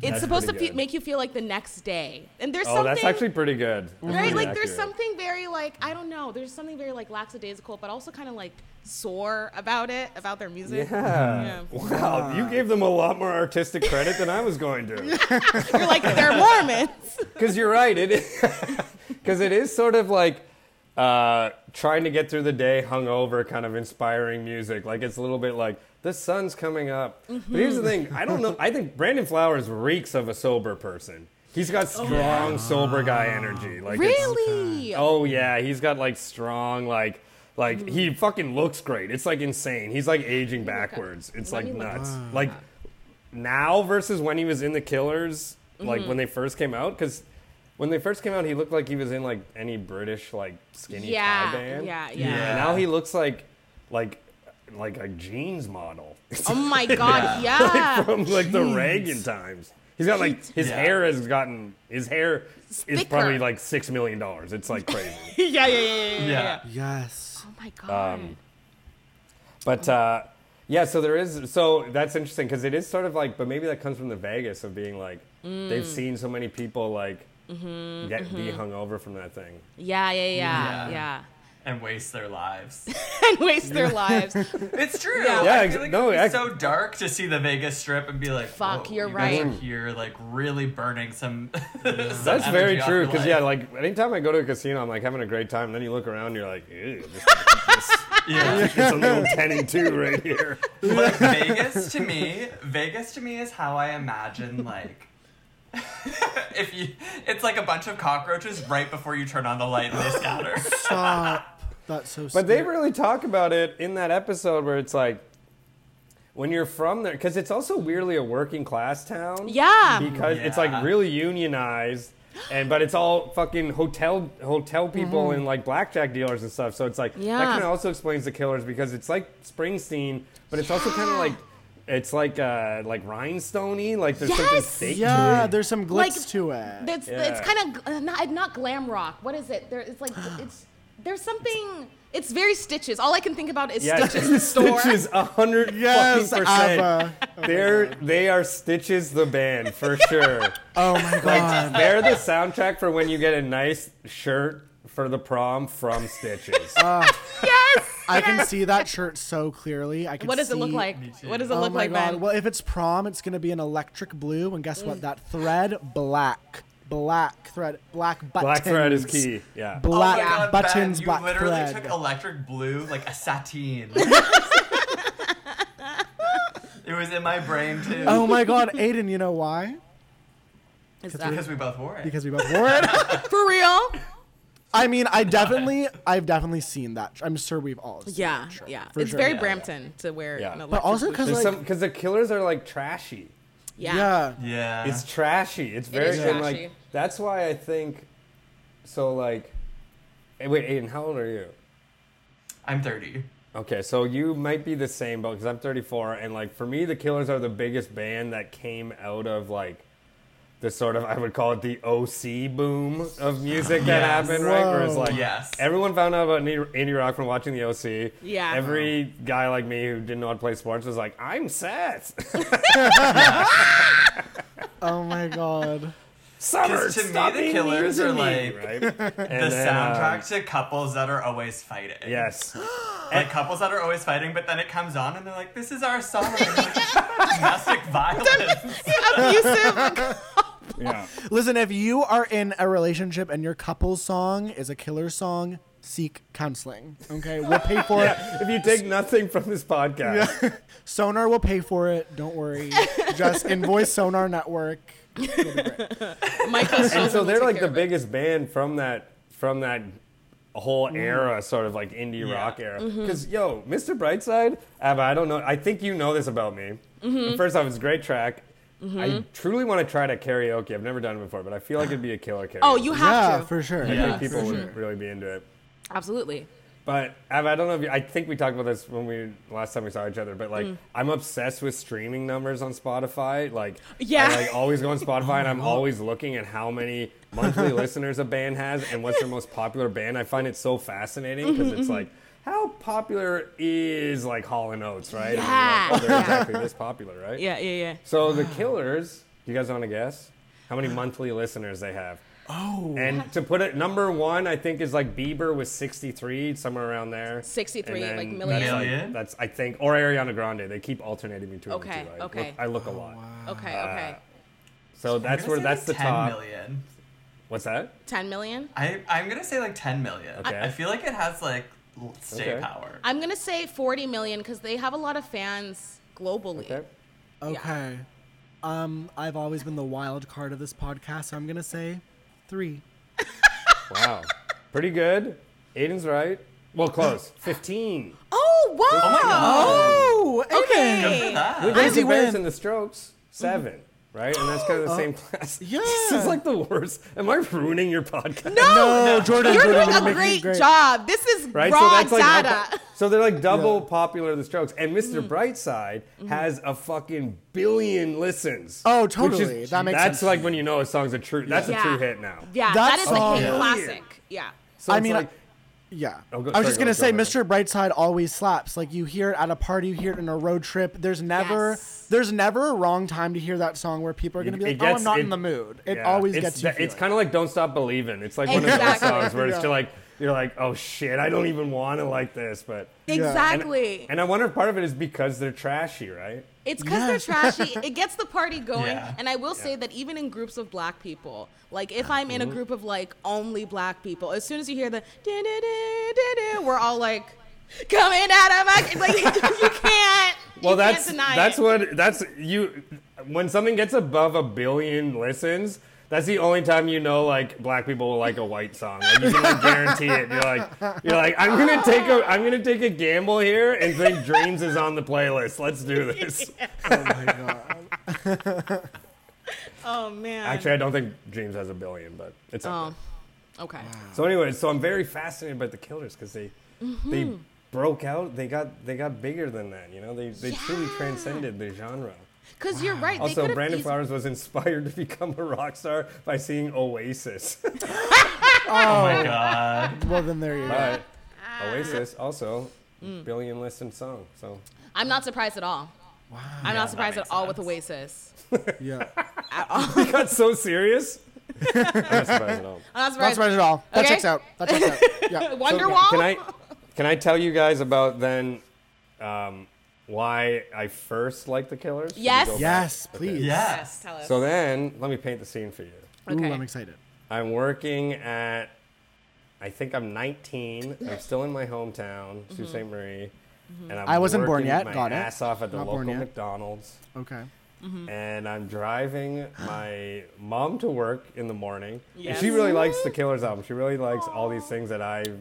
C: it's
E: That's
C: supposed to
E: pretty
C: fe-
E: good.
C: make you feel like the next day. And there's
E: Oh,
C: something
E: that's actually pretty good. That's
C: right.
E: pretty
C: Like there's
E: accurate.
C: something very like I don't know. There's something very like lackadaisical, but also kind of like sore about it, about their music.
E: Yeah.
C: Yeah.
E: Wow, you gave them a lot more artistic credit than I was going to.
C: You're like they're Mormons.
E: Because you're right. It is. [LAUGHS] Because it is sort of like uh, trying to get through the day hungover, kind of inspiring music. Like it's a little bit like the sun's coming up. But here's the thing. I don't know. I think Brandon Flowers reeks of a sober person. He's got strong sober guy energy. Like it's-
C: really?
E: Oh yeah, he's got like strong like like he
C: Hmm.
E: fucking looks great. It's like insane. He's like aging backwards. It's
C: Let
E: like
C: me look
E: nuts. Like now versus when he was in the Killers,
C: Mm-hmm.
E: like when they first came out cuz when they first came out he looked like he was in like any British like skinny
C: Yeah,
E: tie band.
C: yeah, yeah.
E: And now he looks like like like a jeans model. [LAUGHS]
C: Oh my God! yeah.
E: from like the Reagan times. He's got like his
D: Yeah.
E: hair has gotten his hair is
C: thicker.
E: probably like 6 million dollars. It's like crazy.
C: [LAUGHS] yeah, yeah, yeah, yeah, yeah,
D: Yeah.
C: yeah.
A: Yes.
C: Oh my god.
E: Um, But uh, yeah, so there is. So that's interesting because it is sort of like, but maybe that comes from the Vegas of being like, they've seen so many people like get be hung over from that thing.
C: yeah, yeah, yeah,
D: Yeah.
C: yeah. [LAUGHS]
D: And waste their lives.
C: And waste their lives.
D: It's true.
C: Yeah.
E: Yeah,
D: I
E: ex-
D: feel like
E: no,
D: it's
E: ex-
D: so dark to see the Vegas Strip and be like,
C: Fuck,
D: "Whoa,
C: you're
D: you guys
C: right."
D: are Here, like really burning some. [LAUGHS]
E: That's very true because yeah, like anytime I go to a casino, I'm like having a great time. Then you look around, you're like, ew, this, this,
D: yeah.
E: [LAUGHS] it's a little ten and two right here.
D: Like, Vegas to me, Vegas to me is how I imagine like. [LAUGHS] if you, it's like a bunch of cockroaches right before you turn on the light and they scatter.
A: Stop. That's so.
E: But they really talk about it in that episode where it's like, when you're from there, because it's also weirdly a working class town.
C: Yeah.
E: because it's
D: Yeah.
E: like really unionized and but it's all fucking hotel hotel people and like blackjack dealers and stuff so it's like
C: Mm-hmm. Yeah.
E: that kind of also explains the killers because it's like springsteen but it's also kind of
C: Yeah.
E: like it's like uh like rhinestone like there's something
C: Yes.
E: fake
A: Yeah, there's some glitz
C: Like-
A: to it.
C: That's it's
E: Yeah.
C: kind of not not glam rock. What is it? There it's like it's there's something it's very stitches. All I can think about is
E: yeah,
C: [LAUGHS]
E: [LAUGHS]
C: stitches store. Oh
E: Stitches, a hundred
A: Yes,
E: fucking percent.
A: Abba.
E: They're they are Stitches the
C: [LAUGHS]
E: band for sure.
A: Oh my
E: Like
A: god.
E: they're the soundtrack for when you get a nice shirt for the prom from Stitches.
C: Ah, Yes.
A: I can see that shirt so clearly. I can.
C: What does it look
A: see-
C: like? What does it
A: oh
C: look
A: my
C: like,
A: god.
C: man?
A: Well, if it's prom, it's gonna be an electric blue, and guess
C: Mm.
A: what? That thread, black, black thread, black buttons.
E: Black thread is key. Yeah.
A: Black
D: Oh my God,
A: buttons,
D: Ben,
A: black
D: You literally
A: thread.
D: took electric blue like a
E: [LAUGHS]
D: sateen. it was in my brain too.
A: [LAUGHS] Oh my god, Aiden, you know why?
C: Is that
D: Because we both wore it.
A: Because we both wore it. [LAUGHS]
C: for real?
A: I mean, I definitely, I've definitely seen that. I'm sure we've all. Seen
C: Yeah,
A: that shirt,
C: yeah.
A: for
C: it's
A: sure.
C: very
A: yeah.
C: Brampton to wear.
E: Yeah.
C: an
E: But
A: But
C: electric
A: also
C: blue-
A: because
E: There's
A: like,
E: some because the killers are like trashy.
C: yeah.
A: yeah,
D: yeah.
E: It's trashy. It's very
C: is
E: and,
C: trashy.
E: like that's why I think. So like, eh, wait, Aiden, how old are you?
D: I'm 30.
E: Okay, so you might be the same, but because I'm 34, and like for me, the Killers are the biggest band that came out of like the sort of I would call it the OC boom of music that
D: Yes.
E: happened, right? Where it's
A: Whoa.
E: like
D: Yes.
E: everyone found out about indie indie rock from watching the OC.
C: Yeah.
E: Every guy like me who didn't know how to play sports was like, I'm [LAUGHS] Seth.
A: Oh my god.
D: [LAUGHS]
E: Summer,
D: 'Cause to me,
E: stop
D: the
E: being
D: Killers are
E: using me,
D: like
E: right? And
D: The
E: then, um,
D: soundtrack to couples that are always fighting.
E: yes.
D: Like couples that are always fighting, but then it comes on and they're like, this is our song. And they're
E: [LAUGHS]
D: like, Domestic violence.
C: [LAUGHS] Abusive.
E: Yeah.
A: Listen, if you are in a relationship and your couple's song is a killer song, seek counseling. Okay, we'll pay for it.
E: [LAUGHS] If you take nothing from this podcast,
A: Sonar will pay for it. Don't
C: [LAUGHS]
A: worry. Just invoice Sonar Network.
C: Michael
E: and so they're like the
C: biggest.
E: biggest band from that from that whole
A: Mm.
E: era, sort of like indie rock era.
A: Mm-hmm.
E: Because yo, Mr. Brightside, Abba, I don't know. I think you know this about me.
A: Mm-hmm.
E: First off, it's a great track. I truly want to try to karaoke. I've never done it before, but I feel like it'd be a killer karaoke.
C: Oh, you have
A: yeah,
C: to.
A: for sure.
E: I
A: Yeah.
E: think people would really be into it.
C: Absolutely.
E: But Abba, I don't know if you, I think we talked about this when we last time we saw each other. But like,
C: Mm.
E: I'm obsessed with streaming numbers on Spotify. Like,
C: Yeah. Oh.
E: I, like always
C: [LAUGHS]
E: go on Spotify and I'm always looking at how many monthly listeners a band has and what's their most popular band. I find it so fascinating because
C: Mm-hmm,
E: it's like, how popular is like Hall and Oates, right? And you're
C: [LAUGHS]
E: like,
C: Yeah.
E: oh, they're exactly this popular, right?
C: Yeah, yeah, yeah.
E: So the Killers, you guys want to guess how many monthly listeners they have? Oh. And to put it number one, I think is like Bieber with 63, somewhere around there.
C: 63,
E: And then
C: like,
E: that's,
C: million?
D: Million?
E: That's I think, or Ariana Grande. They keep alternating between
C: Okay,
E: the two. I
C: okay.
E: Look, I look a lot.
C: Okay, okay.
E: So that's
D: I'm
E: where
D: gonna say
E: that's the
D: like 10
E: top.
D: million.
E: What's that?
C: 10 million?
D: I I'm gonna say like 10 million.
E: Okay.
D: I feel like it has like l- stay
E: Okay.
D: power.
C: I'm going to say 40 million because they have a lot of fans globally.
E: Okay.
A: Okay. Um, I've always been the wild card of this podcast, so I'm gonna say three.
E: Wow. Pretty good. Aiden's right. Well, close. 15.
C: Oh, wow.
D: Oh my god.
A: Oh,
D: Good for
C: Okay.
D: that.
E: With Nancy
A: win. Uh,
E: Bears and the Strokes, 7. Right? And that's kind of the same class. [LAUGHS]
A: Yeah.
E: This is like the worst. Am I ruining your podcast?
A: No, Jordan,
C: You're
A: Jordan,
C: doing
A: you're
C: a
A: making
C: great,
A: it great.
C: job. This is
E: [LAUGHS] right?
C: raw
E: how
C: data.
E: po- so they're like double
A: Yeah.
E: popular the Strokes, and mister
A: Mm-hmm.
E: Brightside has a fucking billion listens.
A: Oh,
E: which
A: totally. That makes
E: That's
A: sense.
E: like when you know a song's a true. That's a true hit now.
C: Yeah,
A: That
C: that is
A: song-
C: a hit
A: Yeah.
C: classic. Yeah.
E: So
A: I
E: it's
A: mean,
E: like,
A: Yeah.
E: Oh,
A: I
E: go-
A: was
E: sorry,
A: just
E: go-
A: going to
E: go
A: say, Mr.
E: ahead.
A: Brightside always slaps. Like, you hear it at a party, you hear it in a road trip. There's never.
C: Yes.
A: There's never a wrong time to hear that song where people are going to be
E: It
A: like, "Oh,
E: gets-
A: I'm not
E: it-
A: in the mood." It
E: yeah,
A: always
E: it's
A: gets you.
E: that- It's
A: feeling.
E: kind of like "Don't Stop Believing." It's like one of those
C: Exactly.
E: songs where it's
A: Yeah.
E: just like you're like, "Oh shit, I don't even want to like this," but and-
C: Exactly.
E: And, I wonder if part of it is because they're trashy, right?
C: It's because they're trashy. It gets the
E: [LAUGHS]
C: party going.
D: Yeah.
C: And I will say that even in groups of black people, like if I'm in a group of like only black people, as soon as you hear the da-da-da-da-da, we're all like coming out of my [LAUGHS] like you can't.
E: Well,
C: you
E: that's
C: can't deny
E: that's
C: it.
E: what that's you. When something gets above a billion listens, that's the only time you know like black people will like a white song. Like, you can like, guarantee it. You're like you're like I'm gonna take a I'm gonna take a gamble here and think Dreams is on the playlist.
C: [LAUGHS]
E: Let's do this.
C: Oh man.
E: Actually, I don't think Dreams has a billion, but it's up
C: oh. Okay.
E: there. So anyway, so I'm very fascinated by the Killers because they they
C: Mm-hmm.
E: broke out. They got they got bigger than that. You know, they they truly transcended the genre.
C: Because you're right. they
E: Also,
C: could've
E: Brandon
C: eas-
E: Flowers was inspired [LAUGHS] to become a rock star by seeing
C: [LAUGHS]
E: Oasis.
D: Oh my god.
A: well, then there you go.
E: but [LAUGHS] Oasis also
C: Hmm.
E: billion listened song. So [LAUGHS]
C: I'm not surprised at all. Wow. I'm
D: Yeah,
C: not surprised
D: that
C: at all
D: makes
C: with Oasis. [LAUGHS]
A: Yeah,
E: we got so serious. I'm not
C: [LAUGHS]
E: surprised at all.
C: I'm not
A: not
C: surprised.
A: surprised at all. That
C: Okay.
A: checks out. That checks out.
C: [LAUGHS]
A: Yeah.
C: Wonderwall.
E: Can I can I tell you guys about then um, why I first liked the Killers? Should we
C: Yes.
E: go back?
A: Yes,
E: Okay.
A: please.
C: Yes,
D: Yes.
C: tell us.
E: So then, let me paint the scene for you.
A: Ooh,
C: Okay.
A: I'm excited.
E: I'm working at, I think I'm 19. I'm still in my hometown,
C: Mm-hmm.
E: Sault Ste. Marie. And I'm
A: I wasn't born
E: working
A: yet,
E: My
A: got it.
E: ass off at the
A: Not born
E: local
A: yet.
E: McDonald's,
A: Okay.
C: Mm-hmm.
E: and I'm driving my mom to work in the morning. And
C: Yes.
E: she really likes the Killers album. She really likes all these things that I've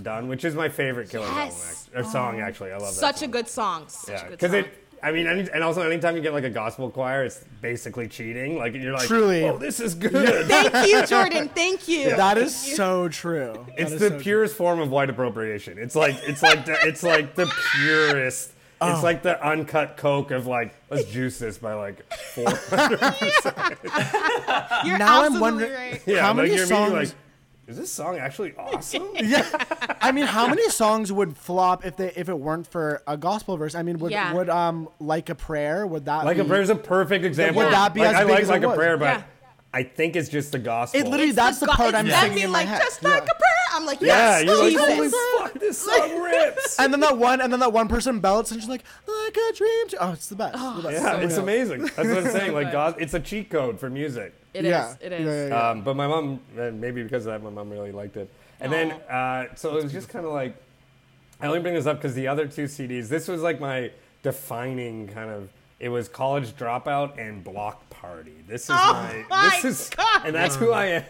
E: done, which is my favorite Killers
C: Yes. Oh.
E: album act- or song. Actually, I love that.
C: Such a
E: song.
C: good song. Such
E: Yeah,
C: a good
E: because
C: song.
E: it. I mean, any, and also anytime you get like a gospel choir, it's basically cheating. Like you're like,
A: Truly.
E: oh, this is good.
C: Thank you, Jordan. Thank you.
A: That is so true. That
E: It's
A: is
E: the
A: so true.
E: purest form of white appropriation. It's like it's like the, it's like the purest.
A: Oh.
E: It's like the uncut coke of like let's juice this by like
A: [LAUGHS]
E: four. [LAUGHS]
C: You're
A: Now I'm
C: absolutely
A: wondering-
C: right.
E: Yeah,
A: How
E: like
A: many
E: you're immediately
A: songs-
E: like, is this song actually awesome?
A: [LAUGHS] Yeah. I mean, how many songs would flop if they if it weren't for a gospel verse? I mean, would
C: Yeah.
A: would um like a prayer would that
E: Like
A: be,
E: a prayer is a perfect example.
A: Would that be
E: like,
A: as
E: I
A: big
E: like
A: as it
E: like a
A: was?
E: prayer, but
C: Yeah.
E: I think it's just the gospel.
A: It literally that's the,
C: go-
A: part
C: it's
A: I'm
C: exactly
A: singing in my
C: like
A: head.
C: just
A: Yeah.
C: like a prayer. I'm like,
E: yeah,
C: yes,
E: you're like
C: Jesus.
E: holy fuck, this
A: [LAUGHS]
E: song rips.
A: And then that one, and then that one person belts, and she's like, "Like a dream." to-" Oh, it's the best. the best.
E: yeah,
A: Oh my
E: it's
A: God.
E: amazing. That's what I'm
C: [LAUGHS]
E: saying. Like
C: good.
E: God, it's a cheat code for music.
C: It is.
A: yeah.
C: It is.
A: Yeah, yeah, yeah.
E: uh, Um, but my mom, uh, maybe because of that, my mom really liked it. And then, uh, so it was just kind of like, I only bring this up because the other two CDs, this was like my defining kind of. It was college dropout and block party. This is my,
C: my
E: this is,
C: God.
E: and that's who I am.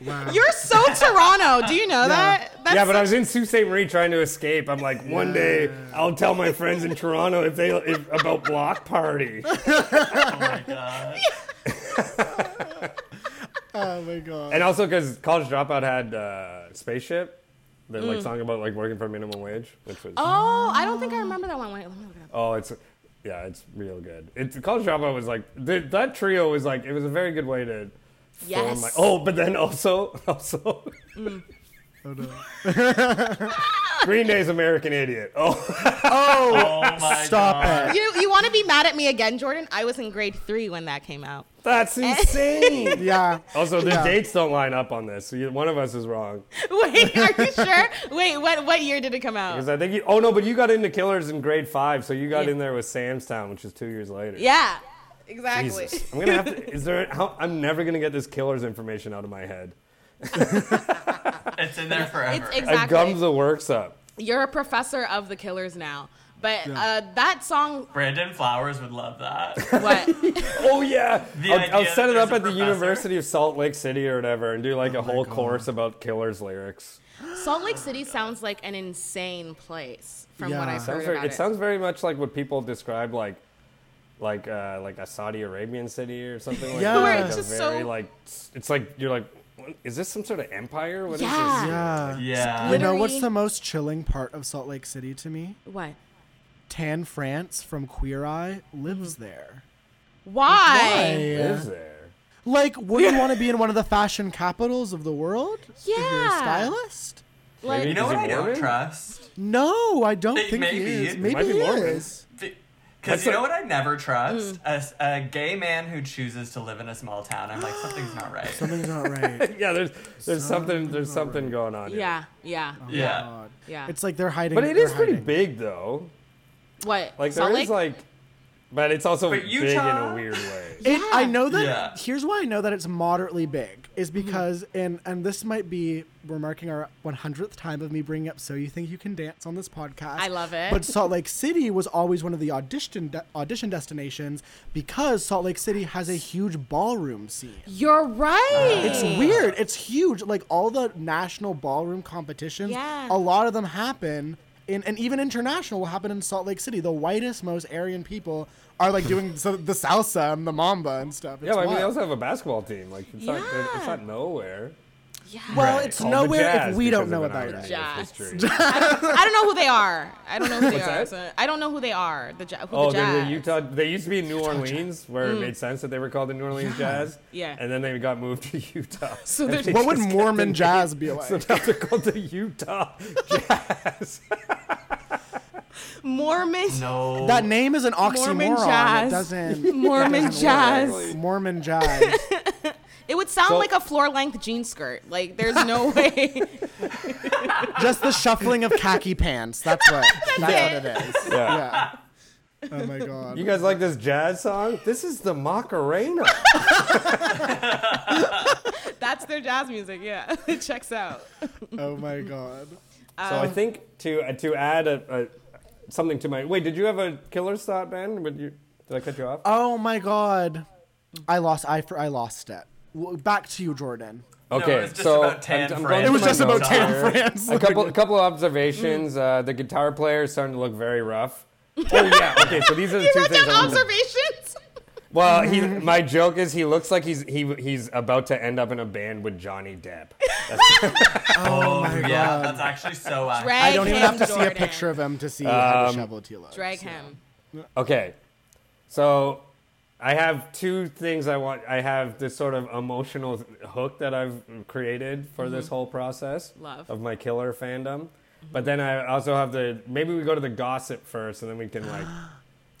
E: [LAUGHS]
A: Wow.
C: You're so Toronto. Do you know that? That's
E: yeah, but I
C: such-
E: was in Sault Ste. Marie trying to escape. I'm like, one day I'll tell my friends in Toronto if they if, about block party.
D: Oh my god.
A: oh my god.
E: And also because College Dropout had uh, Spaceship, the like song about like working for minimum wage, which was oh,
C: Oh, I don't think I remember that one. Wait, let me look it up.
E: it's yeah, it's real good. It's College Dropout was like th- that trio was like it was a very good way to form
C: Yes.
E: like oh, but then also [LAUGHS] also
A: Oh, no.
C: [LAUGHS]
E: Green Day's American Idiot. Oh, [LAUGHS]
D: Oh my
A: Stop
D: god.
A: it.
C: You, you want to be mad at me again, Jordan? I was in grade three when that came out. [LAUGHS]
E: that's
C: Eh.
E: insane. [LAUGHS]
A: Yeah.
E: Also, the
A: Yeah.
E: dates don't line up on this. So you, one of us is wrong.
C: Wait,
E: [LAUGHS]
C: are you sure? Wait, what what year did it come out?
E: Because I think you. Oh no, but you got into Killers in grade five, so you got
C: Yeah.
E: in there with Samstown, which is two years later.
C: Yeah, exactly. [LAUGHS]
E: Jesus. I'm gonna have to. Is there? How, I'm never gonna get this Killers information out of my head.
D: It's in there forever.
C: It's
E: I
C: exactly.
E: gummed the works up.
C: You're a professor of the Killers now, but
A: Yeah.
C: uh, that song.
D: Brandon Flowers would love that.
C: [LAUGHS] What?
E: Oh yeah.
D: The
E: I'll, I'll
D: idea
E: set it
D: that
E: up
D: there's a
E: at the
D: professor.
E: University of Salt Lake City or whatever, and do like a whole
A: Oh God.
E: course about Killers lyrics.
C: Salt Lake City sounds like an insane place, from what
A: Yeah.
C: I've heard
E: Sounds very,
C: about
E: it, sounds very much like what people describe like. Like uh, like a Saudi Arabian city or something like
A: Yeah.
E: that.
A: Where
E: Like
A: it's
E: a
C: just
E: very
C: so-
E: like it's like you're like, what- is this some sort of empire? What is
C: Yeah.
E: this?
A: Yeah. You
D: Yeah.
A: know
C: Glittery.
A: what's the most chilling part of Salt Lake City to me?
C: What?
A: Tan France from Queer Eye lives
E: Mm-hmm.
A: there.
C: Why?
E: Lives there. [LAUGHS]
A: Like, would you want to be in one of the fashion capitals of the world? If you're a
C: Yeah.
A: stylist?
C: Like,
E: Maybe-
D: You know
E: Is
D: what
E: he
D: I don't
E: Mormon?
D: trust?
A: No, I don't
D: It
A: think
D: may
A: he
D: be.
A: is.
D: It
A: Maybe
E: might be
A: he
E: Mormon.
A: is.
D: Because
E: That's
D: you
E: a-
D: know what I never
C: Mm.
D: trust? A s A, gay man who chooses to live in a small town.
C: [GASPS]
D: I'm like, something's not right.
A: Something's not
E: [LAUGHS]
A: right.
E: Yeah, there's there's something there's something going on. here.
C: yeah, yeah,
A: Oh.
D: yeah.
A: God.
C: yeah.
A: It's like they're hiding.
E: But it is
A: they're
E: pretty
A: hiding.
E: big though.
C: what?
E: Like
C: Salt
E: there
C: Lake?
E: is like, but it's also
D: But
E: big in a
D: Utah-
E: weird way.
A: It, I know that.
D: Yeah.
A: Here's why I know that it's moderately big is
C: Mm-hmm.
A: because and and this might be we're marking our 100th time of me bringing up so you think you can dance on this podcast.
C: I love it.
A: But Salt
C: [LAUGHS]
A: Lake City was always one of the audition de- audition destinations because Salt Lake City has a huge ballroom scene.
C: You're right.
A: It's weird. It's huge. Like all the national ballroom competitions,
C: Yeah.
A: a lot of them happen in, and even international will happen in Salt Lake City. The whitest, most Aryan people are like
C: [LAUGHS]
A: doing so the salsa and the mamba and stuff. It's
E: Yeah, but I mean they
A: wild.
E: also have a basketball team. Like it's, not, it's
C: Yeah.
E: not nowhere.
A: well,
D: Right.
A: it's
E: Called the
A: nowhere if
E: Jazz
A: we
E: because
A: don't know
E: of an
A: about
E: irony
A: it.
E: of
C: Jazz.
E: history.
C: I don't know who they are. I don't know who they are.
E: that?
C: so- I don't know who they are. The, ja- who
E: Oh,
C: the
E: they're
C: jazz.
E: the Utah. They used to be in New Orleans, where
A: Mm.
E: it made sense that they were called the New Orleans Jazz.
C: Yeah.
E: And then they got moved to [LAUGHS]
A: [LAUGHS]
E: Utah.
C: So
E: And
C: there's-
E: they
A: What
E: [LAUGHS]
A: would
E: just kept
A: Mormon
E: the
A: jazz
E: name.
A: be like?
E: So now they're called the Utah Jazz.
C: [LAUGHS] Mormon.
D: No.
A: That name is an oxymoron.
C: Mormon
A: It
C: jazz.
A: doesn't.
C: [LAUGHS] Mormon jazz.
E: Exactly.
A: Mormon jazz.
C: It would sound
E: So-
C: like a floor length jean skirt. Like there's
E: [LAUGHS]
C: no way.
A: Just the shuffling of khaki pants. That's
C: [LAUGHS]
A: what. That's what it is.
E: Yeah.
A: Yeah. Oh my god.
E: You guys like this jazz song? This is the Macarena.
C: That's their jazz music. Yeah, [LAUGHS] it checks out.
A: oh my god.
E: So
C: Um,
E: I think to uh, to add a, a something to my wait, did you have a killer's thought, Ben? Would you did I cut you off?
A: Oh my god. I lost. I for I lost it. W- Back to you, Jordan.
D: No, it was just about tan friends.
E: to
D: It was
E: my
A: just about
E: notes
A: tan
E: here.
A: friends.
E: A couple a couple of observations. Uh, the guitar player is starting to look very rough. [LAUGHS] oh yeah. Okay, so these are the
C: You
E: two
C: wrote
E: things.
C: down
E: I wanted to-
C: observations.
E: well, he, my joke is he looks like he's he he's about to end up in a band with Johnny Depp.
A: Oh, my
D: Yeah, that's actually so accurate.
A: I don't even have to
C: Jordan.
A: see a picture of him to see how
E: Um,
A: disheveled he looks.
C: Drag him.
E: Okay. So I have two things I want. I have this sort of emotional hook that I've created for this whole process
C: Love.
E: of my killer fandom. But then I also have the maybe we go to the gossip first and then we can like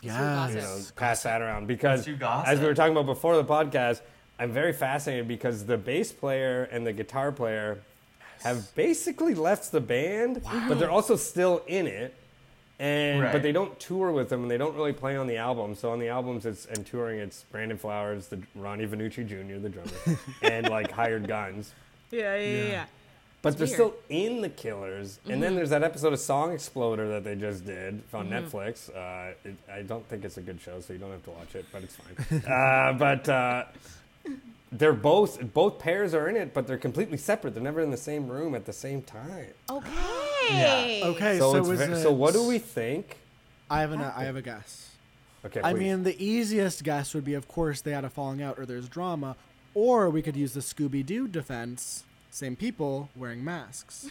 E: you
A: Yeah.
E: know, pass that around because
D: do gossip.
E: as we were talking about before the podcast, I'm very fascinated because the bass player and the guitar player have basically left the band, but they're also still in it. And but
D: Right.
E: they don't tour with them, and they don't really play on the album. So on the albums, it's and touring, it's Brandon Flowers,
D: [LAUGHS]
E: the Ronnie Venucci Jr., the drummer, and like Hired Guns.
C: Yeah, yeah, yeah. yeah.
E: But they're
C: weird. Mm-hmm.
E: still in the Killers, and then there's that episode of Song Exploder that they just did on Netflix. Uh, it, I don't think it's a good show, so you don't have to watch it, but it's fine.
C: [LAUGHS]
E: uh, but uh, they're both both pairs are in it, but they're completely separate. They're never in the same room at the same time.
C: Okay.
A: Okay,
E: so
A: so,
E: it's
A: is
E: ve-
A: it,
E: so what do we think?
A: I have an I have a guess.
E: Okay,
A: I
E: please.
A: mean, the easiest guess would be, of course, they had a falling out or there's drama, or we could use the Scooby Doo defense. Same people wearing masks.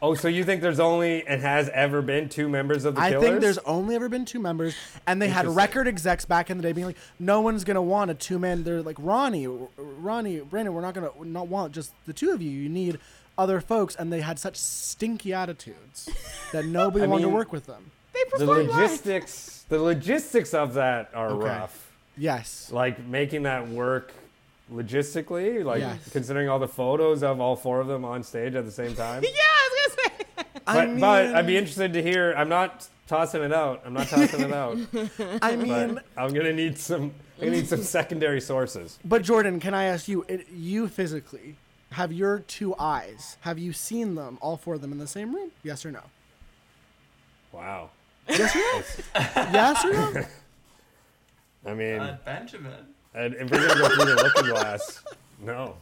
E: oh, so you think there's only and has ever been two members of the
A: I
E: Killers?
A: think there's only ever been two members, and they had
E: Interesting.
A: record execs back in the day being like, "No one's gonna want a two man." They're like, "Ronnie, Ronnie, Brandon, we're not gonna we're not want just the two of you. You need other folks." And they had such stinky
E: [LAUGHS]
A: attitudes that nobody
E: I
A: wanted to
E: mean-
A: work with them.
C: They
E: the
C: perform live.
E: logistics. The logistics of that are
A: Okay.
E: rough.
A: Yes.
E: like making that work logistically, like
A: Yes.
E: considering all the photos of all four of them on stage at the same time.
C: Yeah, I was gonna say.
E: but, but I'd be interested to hear. I'm not tossing it out. I'm not tossing it out.
A: I mean,
E: But I'm gonna need some. I am gonna need some secondary sources.
A: But Jordan, can I ask you, it, you physically, have your two eyes, have you seen them, all four of them in the same room? Yes
E: [LAUGHS]
A: or no?
E: Wow.
A: Yes or no?
E: I mean,
D: Uh, Benjamin.
E: and if we're gonna go through the looking glass, no.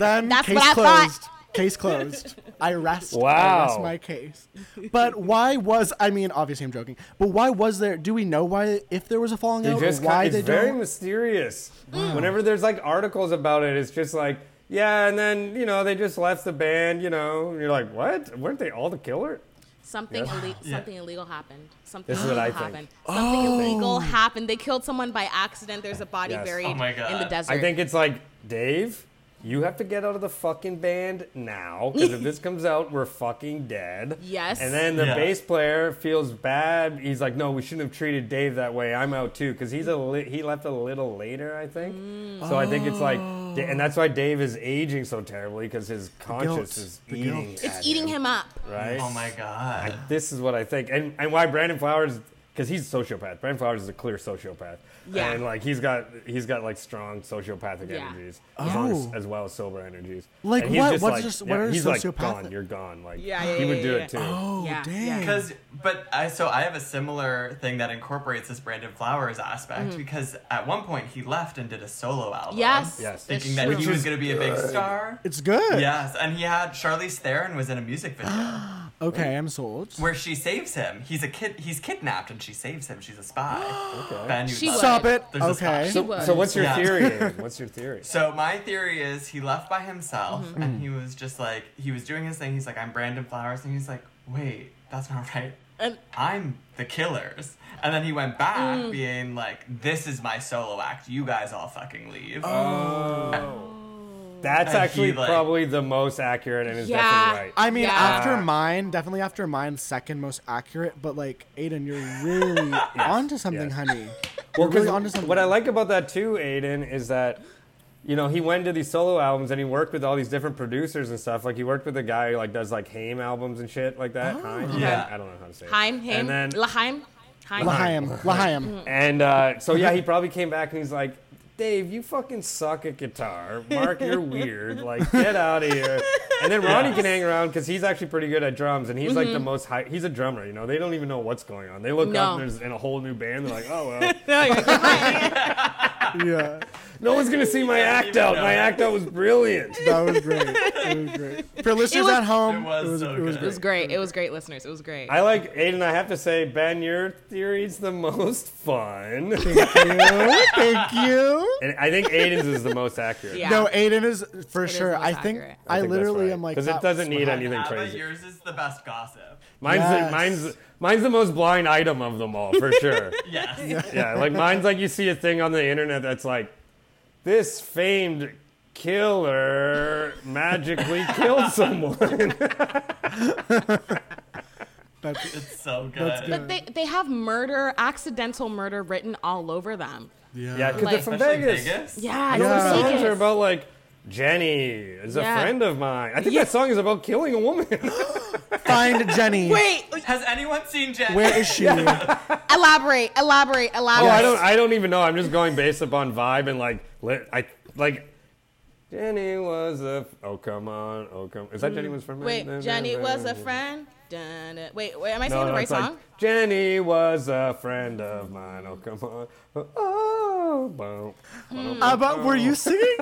A: Then
C: That's
A: case
C: what I thought.
A: closed. Case closed. I rest. I
E: Wow.
A: rest my case. But why was I mean, obviously I'm joking. But why was there? Do we know why? If there was a falling
E: They
A: out,
E: just
A: or why
E: it's
A: they Mm.
E: very
A: don't?
E: mysterious. Whenever there's like articles about it, it's just like, yeah, and then you know they just left the band. You know, and you're like, what? Weren't they all the killer?
C: Something,
E: Yes.
C: ille- something illegal happened. Something
E: This is what
C: illegal
E: I think. Oh.
C: happened. Something illegal happened. They killed someone by accident. There's a body
E: Yes.
C: buried
D: Oh my
C: in the
D: God.
C: desert.
E: I think it's like, Dave, you have to get out of the fucking band now because if
C: [LAUGHS]
E: this comes out, we're fucking dead.
C: Yes.
E: And then the
D: Yeah.
E: bass player feels bad. He's like, no, we shouldn't have treated Dave that way. I'm out too because he's a li- he left a little later, I think.
C: Mm.
E: So I think it's like,
C: Oh.
E: Da- and that's why Dave is aging so terribly because his conscience
A: guilt.
E: is
A: The
E: eating.
A: guilt.
E: at
C: it's eating him up.
E: Right.
D: Oh my god.
E: This is what I think, and and why Brandon Flowers because he's a sociopath. Brandon Flowers is a clear sociopath.
C: Yeah.
E: And like he's got he's got like strong sociopathic
C: Yeah.
E: energies as, long as-
A: Oh.
E: as well as sober energies.
A: Like,
E: And he's
A: what-
E: Just
A: what's
E: like,
A: just- what are
E: he's like
A: sociopathic-
E: gone. You're gone. Like
C: Yeah, yeah,
E: he
C: yeah,
E: would do
C: yeah,
E: it too.
A: Oh
C: Yeah,
A: dang!
C: yeah.
D: Because, but I so I have a similar thing that incorporates this Brandon Flowers aspect because at one point he left and did a solo album.
C: Mm. Yes.
E: Yes.
C: that's
D: thinking that
C: true.
D: he was going to be a big star.
A: It's good.
D: Yes, and he had Charlize Theron was in a music
C: [GASPS]
D: video
A: Okay, I'm sold.
D: where she saves him. He's a kid. He's kidnapped and she saves him. She's
C: [GASPS]
D: a spy. Ben, you'd
C: She
D: love
C: was.
D: it.
A: Stop it.
D: There's a
A: okay.
D: spot.
C: She was.
E: So what's your
D: Yeah.
E: theory? Ian?
A: [LAUGHS]
E: What's your theory?
D: So my theory is he left by himself
C: Mm-hmm. Mm.
D: and he was just like he was doing his thing. He's like, I'm Brandon Flowers, and he's like, wait, that's not [LAUGHS] right.
C: And-
D: I'm the killers. And then he went back
C: Mm.
D: being like, This is my solo act. You guys all fucking leave.
C: Oh.
E: That's
A: Oh.
D: And he,
E: actually
D: like-
E: probably the most accurate and is
C: Yeah.
E: definitely right.
A: I mean,
C: Yeah.
A: after mine, definitely after mine, second most accurate. But like, Aiden, you're really onto something,
E: [LAUGHS] Yes. [LAUGHS]
A: honey. You're
E: Well,
A: really
E: 'cause
A: onto something.
E: What I like about that too, Aiden, is that you know he went to these solo albums and he worked with all these different producers and stuff. Like he worked with a guy who like does like Haim albums and shit like
A: Oh.
E: that. Haim?
D: Yeah.
E: I don't know how to say it.
C: Heim, Heim,
E: And then
C: Laheim, Heim.
A: Lahayim, Lahayim.
E: and uh,
A: [LAUGHS]
E: so yeah, he probably came back and he's like. Dave, you fucking suck at guitar.
A: [LAUGHS]
E: Mark, you're weird. Like, get out of here. And then Ronnie can hang around because he's actually pretty good at drums, and he's like the most high. He's a drummer, you know. They don't even know what's going on. They look
C: No.
E: up and there's in a whole new band. They're like, oh well.
C: [LAUGHS] No, you're right. Mm.
A: yeah,
E: No one's gonna see my act
D: even
E: out.
D: know
E: My
D: it.
E: act out was brilliant.
A: that was great. It was great. For listeners
C: was-
A: at home,
D: It was so good.
C: It was great. It was great, listeners. It was great.
E: I like Aiden. I have to say, Ben, your theory's the [LAUGHS] most fun,
A: Thank you. Thank you.
E: and I think Aiden's is the most accurate.
C: Yeah.
A: No, Aiden is for
C: is
A: sure.
C: the
A: I
C: most
A: think,
C: accurate.
A: I, literally am like
E: because
A: that
E: it doesn't
A: was
E: need
A: my-
E: anything
D: Abba,
E: crazy.
D: yours is the best gossip.
E: Mine's
A: Yes.
E: the, mine's mine's the most blind item of them all for sure.
C: [LAUGHS]
D: Yes.
E: yeah, like mine's like you see a thing on the internet that's like, this famed killer magically killed someone.
A: That's,
D: It's so good.
A: That's good.
C: but they, they have murder, accidental murder written all over them.
E: [LAUGHS] yeah, because they're
C: Like-
E: from
D: Especially
E: Vegas.
D: Vegas.
C: Yeah,
E: All the
A: Yeah.
C: it's
E: songs are
C: ridiculous.
E: about like Jenny is a
C: Yeah.
E: friend of mine. I think that song is about killing a woman. [LAUGHS]
A: [LAUGHS] Find Jenny.
C: Wait,
D: Has anyone seen Jen?
A: Where is she?
C: elaborate, elaborate, elaborate.
E: Oh, I don't. I don't even know. I'm just going based upon vibe and like. Lit, I like. Jenny was a. F- oh come on, oh come. Is that Jenny was a friend?
C: Wait, Jenny was a friend. Dun, dun. Wait, wait, am I singing the right
E: it's like,
C: song?
E: Jenny was a friend of mine. Oh come on. Oh, Oh, boom.
A: Uh, but were you singing?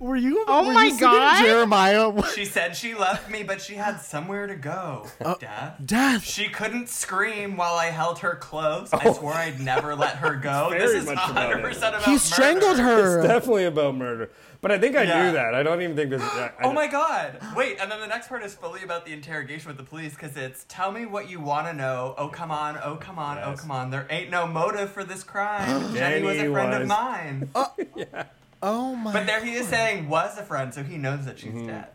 A: Were you?
C: Oh
A: were you
C: my
A: singing
C: God.
A: Jeremiah. [LAUGHS]
D: She said she loved me, but she had somewhere to go. Death.
A: Death.
D: She couldn't scream while I held her close. I swore I'd never let her go.
E: It's
D: This
E: very
D: is
E: much
D: 100%
E: about it.
D: about
A: He
D: murder.
A: strangled her.
E: Definitely about murder. But I think I
D: Yeah.
E: knew that. I don't even think this. I, I,
D: [GASPS] Oh my god! Wait, and then the next part is fully about the interrogation with the police because it's tell me what you want to know. Oh come on! Oh come on! Oh
E: Yes.
D: come on! There ain't no motive for this crime. Jenny was a
E: Jenny
D: friend of
E: was-
D: mine.
A: Oh my.
D: But there he is saying was a friend, so he knows that she's dead.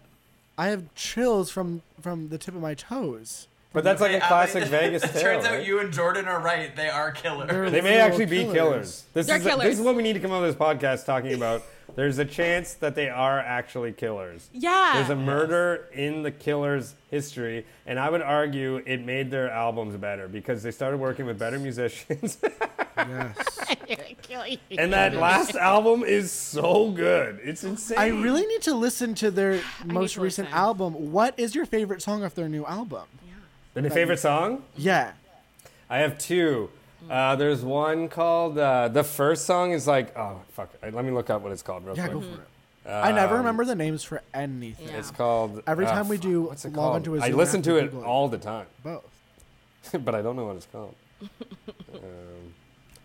A: I have chills from from the tip of my toes.
E: But that's like a
D: Yeah,
E: classic
D: but-
E: Vegas
D: It [LAUGHS]
E: tale.
D: turns out
E: right?
D: you and Jordan are right. They are
A: They're-
D: [LAUGHS] killers.
E: They may
A: Serial
E: actually be
A: killers.
E: killers. This
C: They're
E: is this
C: killers.
E: is what we need to come out of this podcast talking about. There's a chance that they are actually killers.
C: Yeah. [LAUGHS]
E: There's a murder in the killer's history, and I would argue it made their albums better because they started working with better musicians. [LAUGHS]
A: Yes.
E: and that last album is so good. It's insane.
A: I really need to listen to
C: [SIGHS]
A: their most
C: to
A: recent
C: listen.
A: album. What is your favorite song off their new album?
E: My favorite song?
A: Yeah.
E: I have two. Uh, there's one called uh, the first song is like oh fuck it. let me look up what it's called real
A: Yeah, go
E: quick.
A: for it. I never remember the names for anything.
C: Yeah.
E: It's called
A: Every
E: uh,
A: time we
E: fuck,
A: do
E: what's it
A: log
E: called?
A: onto a
E: I
A: Zoom
E: listen
A: app,
E: to
A: we
E: it
A: Google it.
E: all the time. [LAUGHS]
A: Both.
E: but I don't know what it's called. um,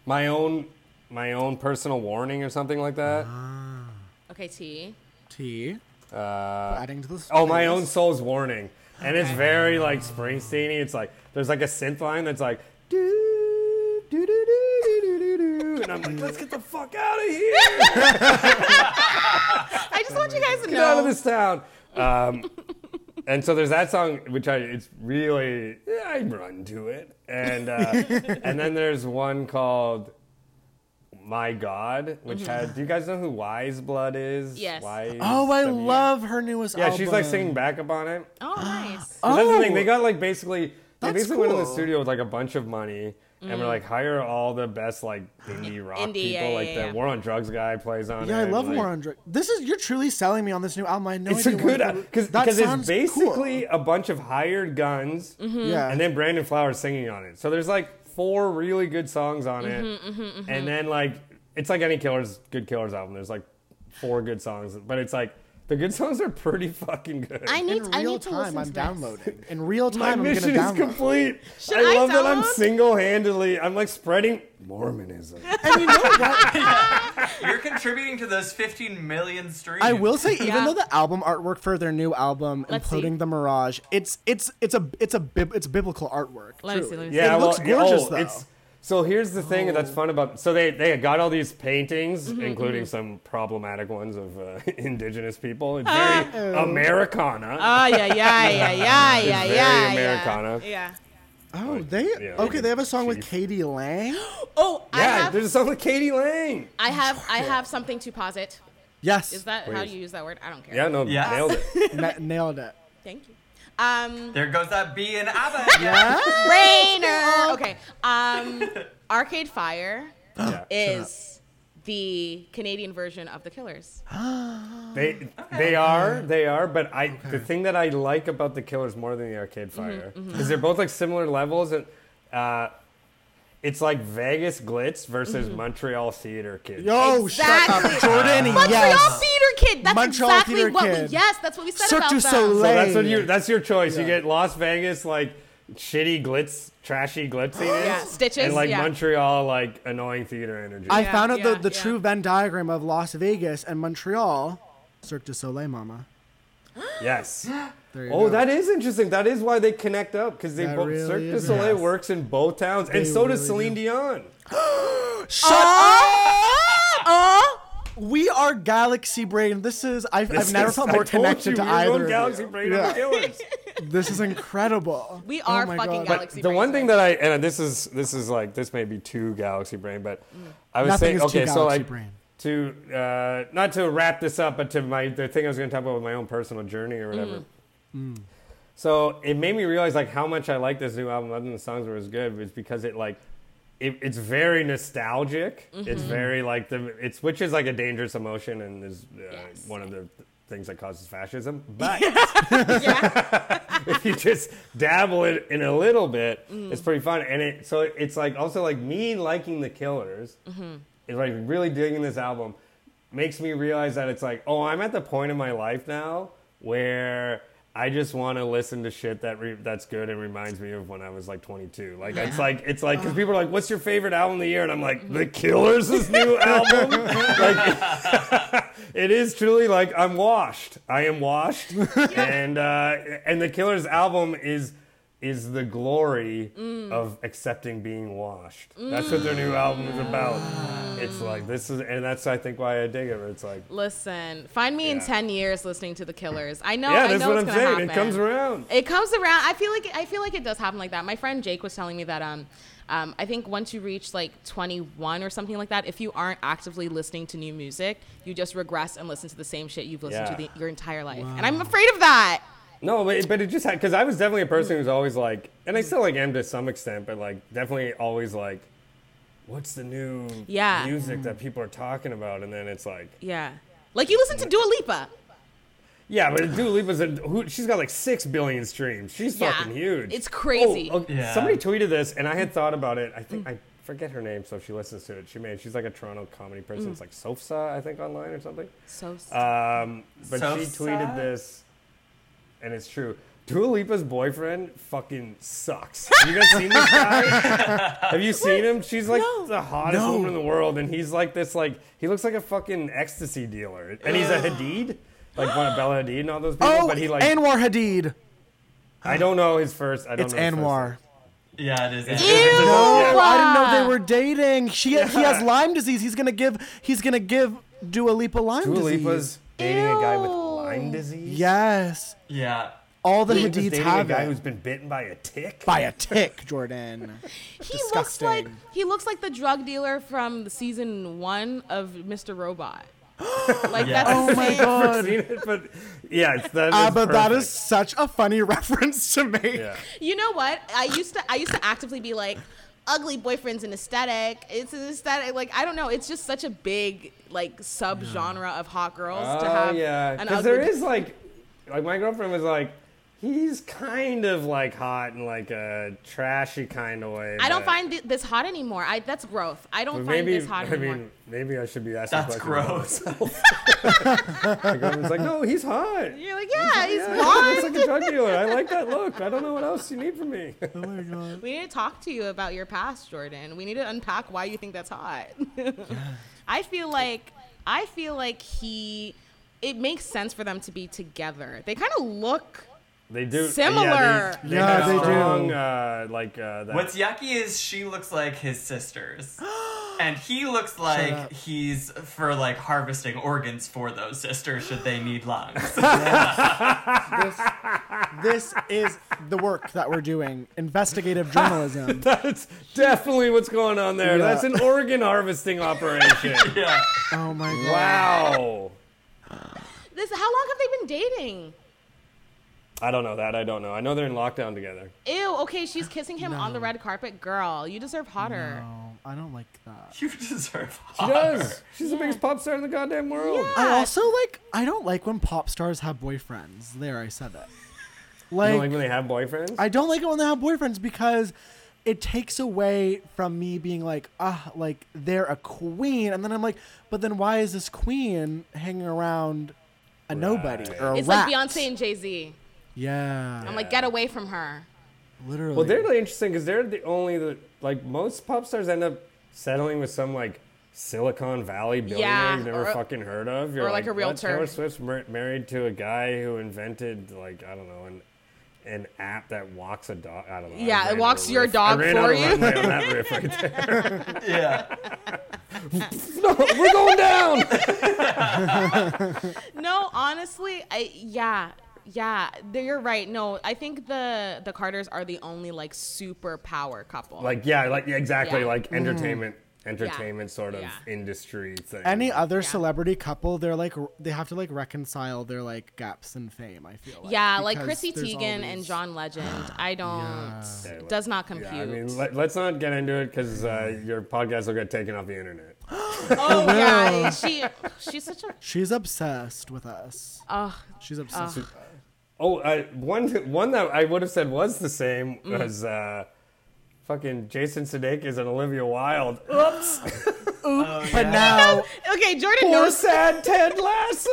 E: my own, my own personal warning or something like that.
A: Ah.
C: Okay, T.
A: T.
E: Uh,
A: Adding to this.
E: oh, my
A: playlist.
E: own soul's warning, and it's very like Springsteeny. It's like there's like a synth line that's like do do do do do do do, do, and I'm like, let's get the fuck out of here,
C: I just want you guys to
E: get out of
C: know.
E: this town. Um, [LAUGHS] and so there's that song, which I it's really I run to it,
C: [LAUGHS]
E: and uh, and then there's one called My God, which has. Do you guys know who Wise Blood is?
C: Mm-hmm. Yes.
E: Wise
A: Oh, I
E: W-
A: love her newest
E: Yeah,
A: album.
E: she's like singing back up on it.
C: Oh,
A: [GASPS]
C: nice.
E: 'Cause That's the thing.
A: Oh.
E: They got like basically they
A: That's
E: basically went in the
A: cool.
E: studio with like a bunch of money. And we're like hire all the best like indie rock
C: Mm. Indie,
E: people,
C: yeah, yeah,
E: like the
C: yeah.
E: War on Drugs guy plays on
A: Yeah,
E: it.
A: I love
E: like,
A: Warren. War on Drugs. This is you're truly selling me on this new album. I know
E: It's a good because
A: that
E: it's
A: sounds
E: basically
A: cool. Mm-hmm.
E: a bunch of hired guns,
A: yeah.
E: and then Brandon Flowers singing on it. So there's like four really good songs on it,
A: Mm-hmm,
E: and then like it's like any Killers good Killers album. There's like four good songs, but it's like the good [LAUGHS] songs are pretty fucking good.
C: I need.
A: in
C: I
A: real
C: need to listen
A: time, I'm
C: to this.
A: downloading. In real
E: My
A: time, I'm
E: mission
A: gonna
E: is
A: download.
E: complete.
C: Should
E: I
C: I
E: love that I'm
C: download?
E: single-handedly. I'm like spreading
A: [LAUGHS]
E: Mormonism.
A: and you know
E: [LAUGHS]
A: what?
D: You're contributing to those 15 million streams.
A: I will say, even
C: Yeah.
A: though the album artwork for their new album,
C: Let's
A: including
C: see.
A: the Mirage, it's it's it's a it's a bib, it's biblical artwork.
C: Let me see,
A: truly.
C: let me see.
E: Yeah,
A: it
E: well,
A: looks gorgeous
E: oh,
A: though.
E: It's, so here's the thing that's fun about. So they they got all these paintings,
A: Mm-hmm,
E: including some problematic ones of uh, [LAUGHS] indigenous people. It's
A: Oh.
E: very Americana.
C: Oh yeah, yeah,
A: [LAUGHS]
C: yeah, yeah, yeah,
E: very
C: yeah.
E: Americana.
C: Yeah. yeah.
A: oh, they
E: yeah,
A: okay. They have a song with
E: chief.
A: Katie Lang. [GASPS]
C: Oh, I
E: yeah,
C: have.
E: there's a song with Katie Lang.
C: I have. I have something to posit.
A: Yes,
C: Is that how
E: Please.
C: you use that word? I don't care.
E: Yeah, no,
D: Yeah.
E: nailed
A: [LAUGHS]
E: it.
A: Na- nailed it.
C: Thank you. Um,
D: There goes that B and ABBA.
C: Rainer. Okay.
E: [LAUGHS]
C: Um, Arcade Fire
E: Yeah.
C: is the Canadian version of The Killers.
E: They they are they are, but I the thing that I like about the Killers more than the Arcade
A: Mm-hmm,
E: Fire is they're both like similar levels and uh, it's like Vegas Glitz versus Montreal Theater Kids.
A: Mm-hmm. Yo,
C: Exactly.
A: Oh, shut up, Jordan.
C: Montreal
A: yes.
C: Theater Kid. That's
A: Montreal
C: exactly
A: Theatre
C: what we.
A: Kid.
C: Yes, that's what we said
A: Cirque
C: about
A: du
C: them.
A: Soleil.
E: So that's what
A: Dang.
E: you that's your choice. You
A: Yeah.
E: get Las Vegas like shitty glitz, trashy
C: [GASPS]
E: glitziness,
C: Yeah, stitches,
E: and like
C: yeah.
E: Montreal like annoying theater energy.
A: I
C: Yeah,
A: found out
C: yeah,
A: the, the
C: yeah.
A: true Venn diagram of Las Vegas and Montreal. Cirque du Soleil, mama.
E: yes.
A: There you
E: [GASPS] Oh,
A: go.
E: that is interesting. That is why they connect up because they
A: That
E: both
A: really
E: Cirque du
A: is
E: Soleil
A: nice.
E: works in both towns, and
A: They
E: so does
A: really
E: Celine Dion.
A: Shut
C: Ah!
A: up! Uh, we are galaxy brain. This is I've, I've never
E: is-
A: felt
E: I
A: more
E: told
A: connected
E: you,
A: to
E: we
A: either.
E: own
A: of
E: Galaxy
A: you.
E: Brain
A: Yeah.
E: of the Killers.
A: This is incredible. Oh
C: [LAUGHS] We are
A: my
C: fucking
A: God.
C: galaxy.
E: the
C: brain
E: one thing
C: today.
E: that I and this is this is like this may be too galaxy brain, but
C: Mm.
E: I was
A: Nothing
E: saying
A: is too
E: okay, so
A: galaxy
E: like
A: brain.
E: to uh, not to wrap this up, but to my the thing I was going to talk about with my own personal journey or whatever.
C: Mm.
A: Mm.
E: So it made me realize like how much I like this new album other than the songs were as good was because it like it, it's very nostalgic.
C: Mm-hmm.
E: It's very like the it's which is like a dangerous emotion and is uh,
C: Yes.
E: one of the th- things that causes
C: [LAUGHS]
E: fascism. But
C: yeah.
E: [LAUGHS] if you just dabble it in a little bit,
C: Mm.
E: it's pretty fun. And it so it's like also like me liking the Killers, is like really digging this album, makes me realize that it's like oh I'm at the point in my life now where. I just want to listen to shit that re- that's good and reminds me of when I was like 22. Like it's like it's like because people are like, "What's your favorite album of the year?" And I'm like, "The Killers' new album." like it is truly like I'm washed. I
C: [LAUGHS]
E: am washed, and uh, and the Killers album is is the glory
C: Mm.
E: of accepting being washed. That's what their new album is about. It's like this is, and that's I think why I dig it. It's like
C: Listen, find me in
E: Yeah.
C: 10 years listening to The Killers. Oh, I know,
E: yeah,
C: I
E: that's
C: know
E: what
C: it's
E: I'm
C: gonna
E: saying.
C: happen.
E: It comes around.
C: It comes around. I feel like I feel like it does happen like that. My friend Jake was telling me that um, um, I think once you reach like 21 or something like that, if you aren't actively listening to new music, you just regress and listen to the same shit you've listened
E: Yeah.
C: to the, your entire life. And I'm afraid of that.
E: No, but it, but it just had because I was definitely a person who's always like, and I still like am to some extent, but like definitely always like, what's the new
C: Yeah.
E: music that people are talking about? And then it's like,
C: Yeah. Like you listen to Dua Lipa.
E: yeah, but Dua Lipa's a, who, she's got like six billion streams. She's fucking huge.
C: It's crazy. Mm.
E: Oh, okay.
D: Yeah.
E: Somebody tweeted this, and I had thought about it. I think I forget her name, so if she listens to it, she may. She's like a Toronto comedy person.
C: Mm.
E: It's like Sofsa, I think, online or something.
C: So
E: Um, but she
D: Sofsa?
E: tweeted this, and it's true. Dua Lipa's boyfriend fucking sucks. Have you guys seen
A: [LAUGHS]
E: this guy? Have you seen him? She's like
C: No.
E: the hottest
A: No.
E: woman in the world, and he's like this like he looks like a fucking ecstasy dealer, and he's a Hadid, like one of Bella Hadid and all those people.
A: Oh,
E: but he like Oh,
A: Anwar Hadid.
E: I don't know his first. I don't
A: It's
E: know his first
A: Anwar.
D: Yeah, it is.
C: Ew.
A: No, I didn't know
C: Bruh.
A: they were dating. She he has Lyme disease. He's gonna give he's gonna give Dua Lipa Lyme
E: Dua
A: disease.
E: Lipa's dating a guy with
C: Ew.
E: Lyme disease.
A: Yes,
D: Yeah.
A: all the
E: Dua Lipa's
A: Hadids
E: dating a
A: have
E: guy
A: it.
E: who's been bitten by a tick.
A: By a tick, Jordan.
C: he looks like
A: disgusting.
C: he looks like the drug dealer from the season one of Mr.
E: [GASPS]
C: Robot. Like
D: Yeah.
C: that's the
E: [LAUGHS]
A: Oh my
C: same-
A: God.
E: seen it, [LAUGHS] but yeah, it's that.
A: Ah,
E: is
A: but that
E: perfect.
A: is such a funny [LAUGHS] reference to make.
E: Yeah.
C: You know what? I used to I used to actively be like, ugly boyfriend's an aesthetic. It's an aesthetic. Like I don't know. It's just such a big like subgenre of hot girls to
E: Oh
C: have.
E: yeah,
C: an
E: because
C: ugly-
E: there is like, like my girlfriend was like, he's kind of like hot in like a trashy kind of way.
C: I don't
E: but-
C: find thi- this hot anymore. I that's growth. I don't
E: but
C: find
E: maybe
C: this hot
E: I
C: anymore.
E: mean maybe I should be asking
D: That's
E: questions. about
D: gross.
E: myself. my girlfriend's like, no,
C: [LAUGHS]
E: he's hot. [LAUGHS]
C: You're like, yeah, he's
E: Yeah,
C: blonde.
E: he looks like a drug dealer. I like that look. I don't know what else you need from me. [LAUGHS]
A: Oh [LAUGHS]
C: We need to talk to you about your past, Jordan. We need to unpack why you think that's hot. [LAUGHS] I feel like I feel like he it makes sense for them to be together. They kind of look
E: They do
C: Similar.
E: Yeah, they, they,
A: Yeah,
E: have
D: they do.
E: strong, Uh, like uh,
D: [LAUGHS]
E: that.
D: What's yucky is she looks like his sisters. And he looks
A: up.
D: like he's for like harvesting organs for those sisters should they need lungs. [LAUGHS]
A: This, this is the work that we're doing. [LAUGHS] Investigative journalism.
E: [LAUGHS] That's definitely what's going on there.
A: Yeah.
E: That's an organ
D: [LAUGHS]
E: harvesting operation.
D: yeah.
A: Oh my god.
E: wow.
C: this how long have they been dating?
E: I don't know that. I don't know. I know they're in lockdown together.
C: Ew,
A: [SIGHS]
C: okay, she's kissing him on the red carpet. Girl, you deserve hotter.
A: No, I don't like that.
D: You deserve
E: She
D: honor.
E: does. [LAUGHS] She's the biggest pop star in the goddamn world.
A: I also like. I don't like when pop stars have boyfriends. There, I said it.
E: You
A: Like,
E: know, like when they have boyfriends.
A: I don't like it when they have boyfriends because it takes away from me being like, ah, like they're a queen, and then I'm like, but then why is this queen hanging around a nobody
E: Right.
A: or a
C: It's
A: rat?
C: like Beyonce and Jay-Z.
A: yeah,
C: I'm like, get away from her.
A: literally.
E: well, they're really interesting because they're the only the, like most pop stars end up settling with some like Silicon Valley billionaire
C: Yeah,
E: you've never
C: or-
E: fucking heard of. You're
C: or like a
E: "What?
C: realtor."
E: Taylor Swift's mar- married to a guy who invented like I don't know an an app that walks a dog. I don't know. I
C: Yeah, it
E: ran
C: walks
E: on a
C: your
E: riff.
C: dog
E: I ran
C: for
E: on a
C: you.
E: runway on
C: [LAUGHS]
E: that riff right there.
D: Yeah.
E: No, we're going down.
C: no, honestly, I yeah, yeah, th- you're right. No, I think the the Carters are the only like super power couple.
E: like yeah, like yeah, exactly
C: Yeah.
E: like entertainment entertainment sort of
C: Yeah.
E: industry thing.
A: Any other
C: Yeah.
A: celebrity couple, they're like r- they have to like reconcile their like gaps in fame. I feel like
C: Yeah, like
A: because
C: Chrissy
A: there's
C: Teigen and
A: always- [GASPS]
C: John Legend. I don't.
E: Yeah, let-
C: Does not compute.
E: Yeah, I mean, let, us not get into it because uh, your podcast will get taken off the internet.
C: oh yeah, she she's such a.
A: She's obsessed with us.
C: Uh,
A: She's obsessed. with
E: Oh, I, one one that I would have said was the same
C: Mm.
E: was uh, fucking Jason Sudeikis and Olivia Wilde.
C: Oh.
E: Oops,
A: But now,
C: [LAUGHS] okay, Jordan
E: poor
C: knows.
E: sad Ted
C: [LAUGHS]
E: Lasso.